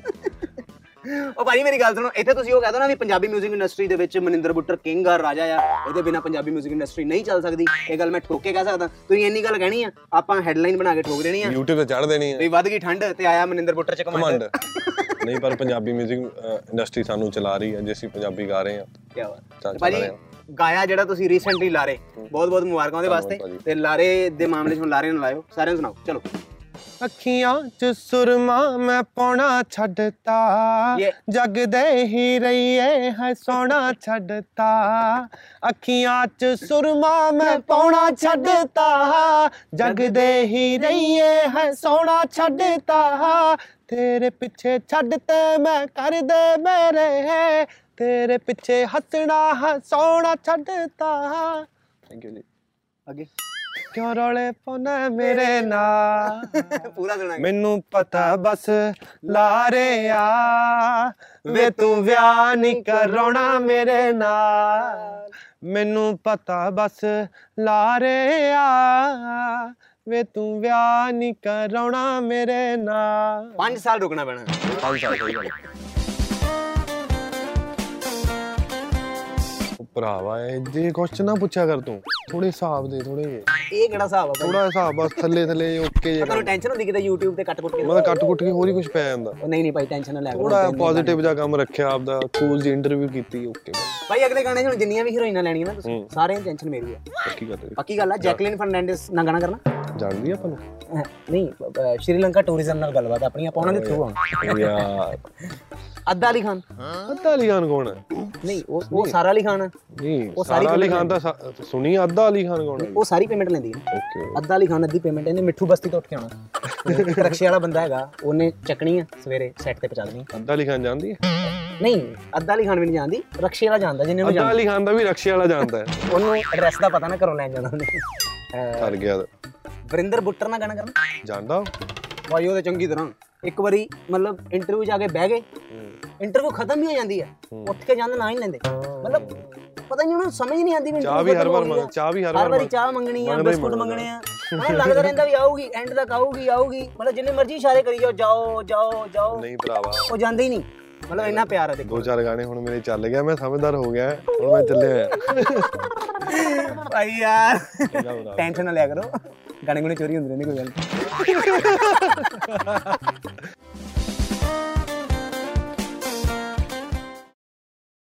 Speaker 1: ਉਹ ਭਾਜੀ ਮੇਰੀ ਗੱਲ ਸੁਣੋ ਇੱਥੇ ਤੁਸੀਂ ਉਹ ਕਹਿ ਦੋ ਨਾ ਵੀ ਪੰਜਾਬੀ 뮤직 ਇੰਡਸਟਰੀ ਦੇ ਵਿੱਚ ਮਨਿੰਦਰ ਬੁੱਟਰ ਕਿੰਗ ਆ ਰਾਜਾ ਆ ਇਹਦੇ ਬਿਨਾ ਪੰਜਾਬੀ 뮤직 ਇੰਡਸਟਰੀ ਨਹੀਂ ਚੱਲ ਸਕਦੀ ਇਹ ਗੱਲ ਮੈਂ ਠੋਕੇ ਕਹਿ ਸਕਦਾ ਤੁਸੀਂ ਇੰਨੀ ਗੱਲ ਕਹਿਣੀ ਆ ਆਪਾਂ ਹੈਡਲਾਈਨ ਬਣਾ ਕੇ ਠੋਕ ਦੇਣੀ ਆ
Speaker 3: YouTube ਤੇ ਚੜ ਦੇਣੀ ਹੈ
Speaker 1: ਵੀ ਵੱਧ ਗਈ ਠੰਡ ਤੇ ਆਇਆ ਮਨਿੰਦਰ ਬੁੱਟਰ ਚ
Speaker 3: ਕਮੰਡ
Speaker 1: ਕਮਾਂਡ
Speaker 3: [LAUGHS] ਨਹੀਂ ਪਰ ਪੰਜਾਬੀ 뮤직 ਇੰਡਸਟਰੀ ਸਾਨੂੰ ਚਲਾ ਰਹੀ ਹੈ ਜੇ ਅਸੀਂ ਪੰਜਾਬੀ ਗਾ ਰਹੇ ਹਾਂ
Speaker 1: ਕਿਆ ਬਾਤ
Speaker 3: ਚੱਲ
Speaker 1: ਤੇ ਭਾਜੀ
Speaker 3: ਚੱਲ ਰਿਹਾ।
Speaker 1: ਗਾਇਆ ਜਿਹੜਾ ਤੁਸੀਂ ਰੀਸੈਂਟਲੀ ਲਾਰੇ ਬਹੁਤ ਬਹੁਤ ਮੁਬਾਰਕਾਂ ਉਹਦੇ ਵਾਸਤੇ
Speaker 3: ਭਾਜੀ।
Speaker 1: ਤੇ ਲਾਰੇ ਦੇ ਮਾਮਲੇ 'ਚ ਹੁਣ ਲਾਰੇ ਨੂੰ ਲਾਇਓ ਸਾਰਿਆਂ ਨੂੰ ਸੁਣਾਓ ਚਲੋ
Speaker 4: ਅੱਖੀਆਂ 'ਚ ਸੁਰਮਾ ਮੈਂ ਪਾਉਣਾ ਛੱਡਤਾ
Speaker 1: Yeah.
Speaker 4: ਜਗ ਦੇ ਹੀ ਰਹੀਏ ਹੈ ਸੋਣਾ ਛੱਡਤਾ ਅੱਖੀਆਂ 'ਚ ਸੁਰਮਾ ਮੈਂ ਪਾਉਣਾ ਛੱਡਤਾ ਜਗ ਦੇ ਹੀ ਰਹੀਏ ਹੈ ਸੋਣਾ ਛੱਡਤਾ ਤੇਰੇ ਪਿੱਛੇ ਛੱਡ ਤੇ ਮੈਂ ਕਰਦੇ ਮੇਰੇ ਹੈ ਤੇਰੇ ਪਿੱਛੇ ਹੱਸਣਾ ਹੈ ਸੋਣਾ ਛੱਡਤਾ
Speaker 3: ਥੈਂਕ ਯੂ ਜੀ
Speaker 1: ਅੱਗੇ
Speaker 4: ਕਿਉਂ ਰੌਲੇ ਪਾਉਣਾ ਮੇਰੇ ਨਾਲ
Speaker 1: ਪੂਰਾ ਸੁਣਾਂਗੇ
Speaker 4: ਮੈਨੂੰ ਪਤਾ ਬਸ ਲਾਰੇ ਆ ਵੇ ਤੂੰ ਵਿਆਹ ਨਹੀਂ ਕਰਾਉਣਾ ਮੇਰੇ ਨਾਲ ਮੈਨੂੰ ਪਤਾ ਬਸ ਲਾਰੇ ਆ ਵੇ ਤੂੰ ਵਿਆਹ ਨਹੀਂ ਕਰਾਉਣਾ ਮੇਰੇ ਨਾਲ
Speaker 1: 5 ਸਾਲ ਰੁਕਣਾ ਪੈਣਾ
Speaker 3: ਪੰਜ ਸਾਲ ਸਹੀ ਗੱਲ ਹੈ। ਉਹ ਭਰਾਵਾ ਇਹ ਜੇ ਕੁਐਸਚਨ ਨਾ ਪੁੱਛਿਆ ਕਰ ਤੂੰ ਥੋੜੇ ਹਿਸਾਬ ਦੇ ਥੋੜੇ
Speaker 1: ਇਹ ਕਿਹੜਾ ਹਿਸਾਬ ਆ ਭਾਜੀ
Speaker 3: ਥੋੜਾ ਹਿਸਾਬ ਬਸ ਥੱਲੇ ਥੱਲੇ ਓਕੇ ਜੇ
Speaker 1: ਤੁਹਾਨੂੰ ਟੈਨਸ਼ਨ ਹੁੰਦੀ ਕਿਤੇ YouTube ਤੇ ਕੱਟ ਕੁੱਟ ਕੇ
Speaker 3: ਮਤਲਬ ਕੱਟ ਕੁੱਟ ਕੇ ਹੋਰ ਹੀ ਕੁਝ ਪੈ ਜਾਂਦਾ
Speaker 1: ਉਹ ਨਹੀਂ ਨਹੀਂ ਭਾਈ ਟੈਨਸ਼ਨ ਨਾ ਲੈ
Speaker 3: ਥੋੜਾ ਪੋਜ਼ਿਟਿਵ ਜਿਹਾ ਕੰਮ ਰੱਖਿਆ ਆਪਦਾ ਕੂਲ ਜੀ ਇੰਟਰਵਿਊ ਕੀਤੀ ਓਕੇ
Speaker 1: ਭਾਈ ਅਗਲੇ ਗਾਣੇ 'ਚ ਹੁਣ ਜਿੰਨੀਆਂ ਵੀ ਹੀਰੋਇਨਾਂ ਲੈਣੀਆਂ ਨਾ ਤੁਸੀਂ
Speaker 3: ਹੂੰ।
Speaker 1: ਸਾਰਿਆਂ ਦੀ ਟੈਨਸ਼ਨ ਮੇਰੀ ਆ
Speaker 3: ਕੀ ਗੱਲ ਹੈ
Speaker 1: ਪੱਕੀ ਗੱਲ ਆ ਜੈਕਲਿਨ ਫਰਨੈਂਡਸ ਨਾਲ ਗਾਣਾ ਕਰਨਾ
Speaker 3: ਜਾਣਦੀ ਆ ਆਪਾਂ ਨੂੰ
Speaker 1: ਅਹ, ਨਹੀਂ ਅਹ, ਸ਼੍ਰੀਲੰਕਾ ਟੂਰਿਜ਼ਮ ਨਾਲ ਗੱਲਬਾਤ ਆਪਣੀ ਆਪਾਂ ਉਹਨਾਂ ਦੇ ਥਰੂ ਆ
Speaker 3: ਯਾਰ
Speaker 1: ਅੱਦਾ ਅਲੀ ਖਾਨ
Speaker 3: ਅੱਧਾ ਅਲੀ ਖਾਨ ਕੌਣ ਹੈ
Speaker 1: ਨਹੀਂ ਉਹ ਉਹ ਸਾਰਾ ਅਲੀ ਖਾਨ ਆ।
Speaker 3: ਨਹੀਂ
Speaker 1: ਉਹ ਸਾਰੀ
Speaker 3: ਸਾਰਾ ਅਲੀ ਖਾਨ ਦਾ ਸੁਣੀ ਅੱਧਾ ਅਲੀ ਖਾਨ ਕੌਣ ਹੈ
Speaker 1: ਉਹ ਸਾਰੀ ਪੇਮੈਂਟ ਲੈਂਦੀ ਹੈ
Speaker 3: ਓਕੇ
Speaker 1: ਅੱਧਾ ਅਲੀ ਖਾਨ ਅੱਧੀ ਪੇਮੈਂਟ ਇਹਨੇ ਮਿੱਠੂ ਬਸਤੀ ਤੋਂ ਉੱਠ ਕੇ ਆਉਣਾ ਰਕਸ਼ੇ ਵਾਲਾ ਬੰਦਾ ਹੈਗਾ ਉਹਨੇ ਚੱਕਣੀ ਆ ਸਵੇਰੇ ਸੈੱਟ ਤੇ ਪਹੁੰਚਾ ਦੇਣੀ
Speaker 3: ਅੱਧਾ ਅਲੀ ਖਾਨ ਜਾਣਦੀ ਹੈ
Speaker 1: ਨਹੀਂ ਅੱਧਾ ਅਲੀ ਖਾਨ ਵੀ ਨਹੀਂ ਜਾਣਦੀ ਰਕਸ਼ੇ ਵਾਲਾ ਜਾਣਦਾ ਜਿਹਨੇ ਨੂੰ
Speaker 3: ਅੱਧਾ
Speaker 1: ਜਾਣਦਾ
Speaker 3: ਅਲੀ ਖਾਨ ਦਾ ਵੀ ਰਕਸ਼ੇ ਵਾਲਾ ਜਾਣਦਾ ਹੈ
Speaker 1: ਉਹਨੂੰ ਐਡਰੈਸ ਦਾ ਪਤਾ ਨਾ ਘਰੋਂ ਲੈਣ ਜਾਣਾ ਉਹਨੇ ਅਹ,
Speaker 3: ਕਰ ਗਿਆ
Speaker 1: ਵਰਿੰਦਰ ਬੁੱਟਰ ਨਾਲ ਗਾਣਾ ਕਰਨਾ
Speaker 3: ਜਾਣਦਾ ਉਹ?
Speaker 1: ਭਾਈ ਉਹਦੇ ਚੰਗੀ ਤਰ੍ਹਾਂ ਇੱਕ ਵਾਰੀ ਮਤਲਬ ਇੰਟਰਵਿਊ ਜਾ ਕੇ ਬਹਿ ਗਏ ਇੰਟਰਵਿਊ ਖਤਮ ਹੀ ਹੋ ਜਾਂਦੀ ਹੈ ਉੱਠ ਕੇ ਜਾਂਦਾ ਨਾ ਹੀ ਲੈਂਦੇ ਮਤਲਬ ਪਤਾ ਨਹੀਂ ਉਹਨੂੰ ਸਮਝ ਨਹੀਂ ਆਉਂਦੀ ਵੀ
Speaker 3: ਚਾਹ ਵੀ ਹਰ ਵਾਰ ਮੰਗ ਚਾਹ ਵੀ ਹਰ ਵਾਰ
Speaker 1: ਹਰ ਵਾਰੀ
Speaker 3: ਮੰਗ-
Speaker 1: ਚਾਹ ਮੰਗਣੀ ਆ
Speaker 3: ਮੰਗਦਾ ਹੀ
Speaker 1: ਬਿਸਕੁਟ
Speaker 3: ਮੰਗਦਾ।
Speaker 1: ਮੰਗਣੇ ਆ ਉਹਨੂੰ ਲੱਗਦਾ ਰਹਿੰਦਾ ਵੀ ਆਊਗੀ ਐਂਡ ਤੱਕ ਆਊਗੀ ਆਊਗੀ ਮਤਲਬ ਜਿੰਨੇ ਮਰਜ਼ੀ ਇਸ਼ਾਰੇ ਕਰੀ ਜਾਓ ਜਾਓ ਜਾਓ ਜਾਓ
Speaker 3: ਨਹੀਂ ਭਰਾਵਾ
Speaker 1: ਉਹ ਜਾਂਦੇ ਹੀ ਨਹੀਂ ਮਤਲਬ ਇੰਨਾ ਪਿਆਰ ਆ ਦੇਖੋ
Speaker 3: ਦੋ ਚਾਰ ਗਾਣੇ ਹੁਣ ਮੇਰੇ ਚੱਲ ਗਿਆ ਮੈਂ ਸਮਝਦਾਰ ਹੋ ਗਿਆ ਹੁਣ ਮੈਂ ਚੱਲੇ ਹੋਇਆ
Speaker 1: ਭਾਈ ਯਾਰ ਟੈਨਸ਼ਨ ਨਾ ਲਿਆ ਕਰੋ ਗਾਣੇ ਗੁਣੇ ਚੋਰੀ ਹੁੰਦੇ ਰਹਿੰਦੇ ਕੋਈ ਗੱਲ ਨਹੀਂ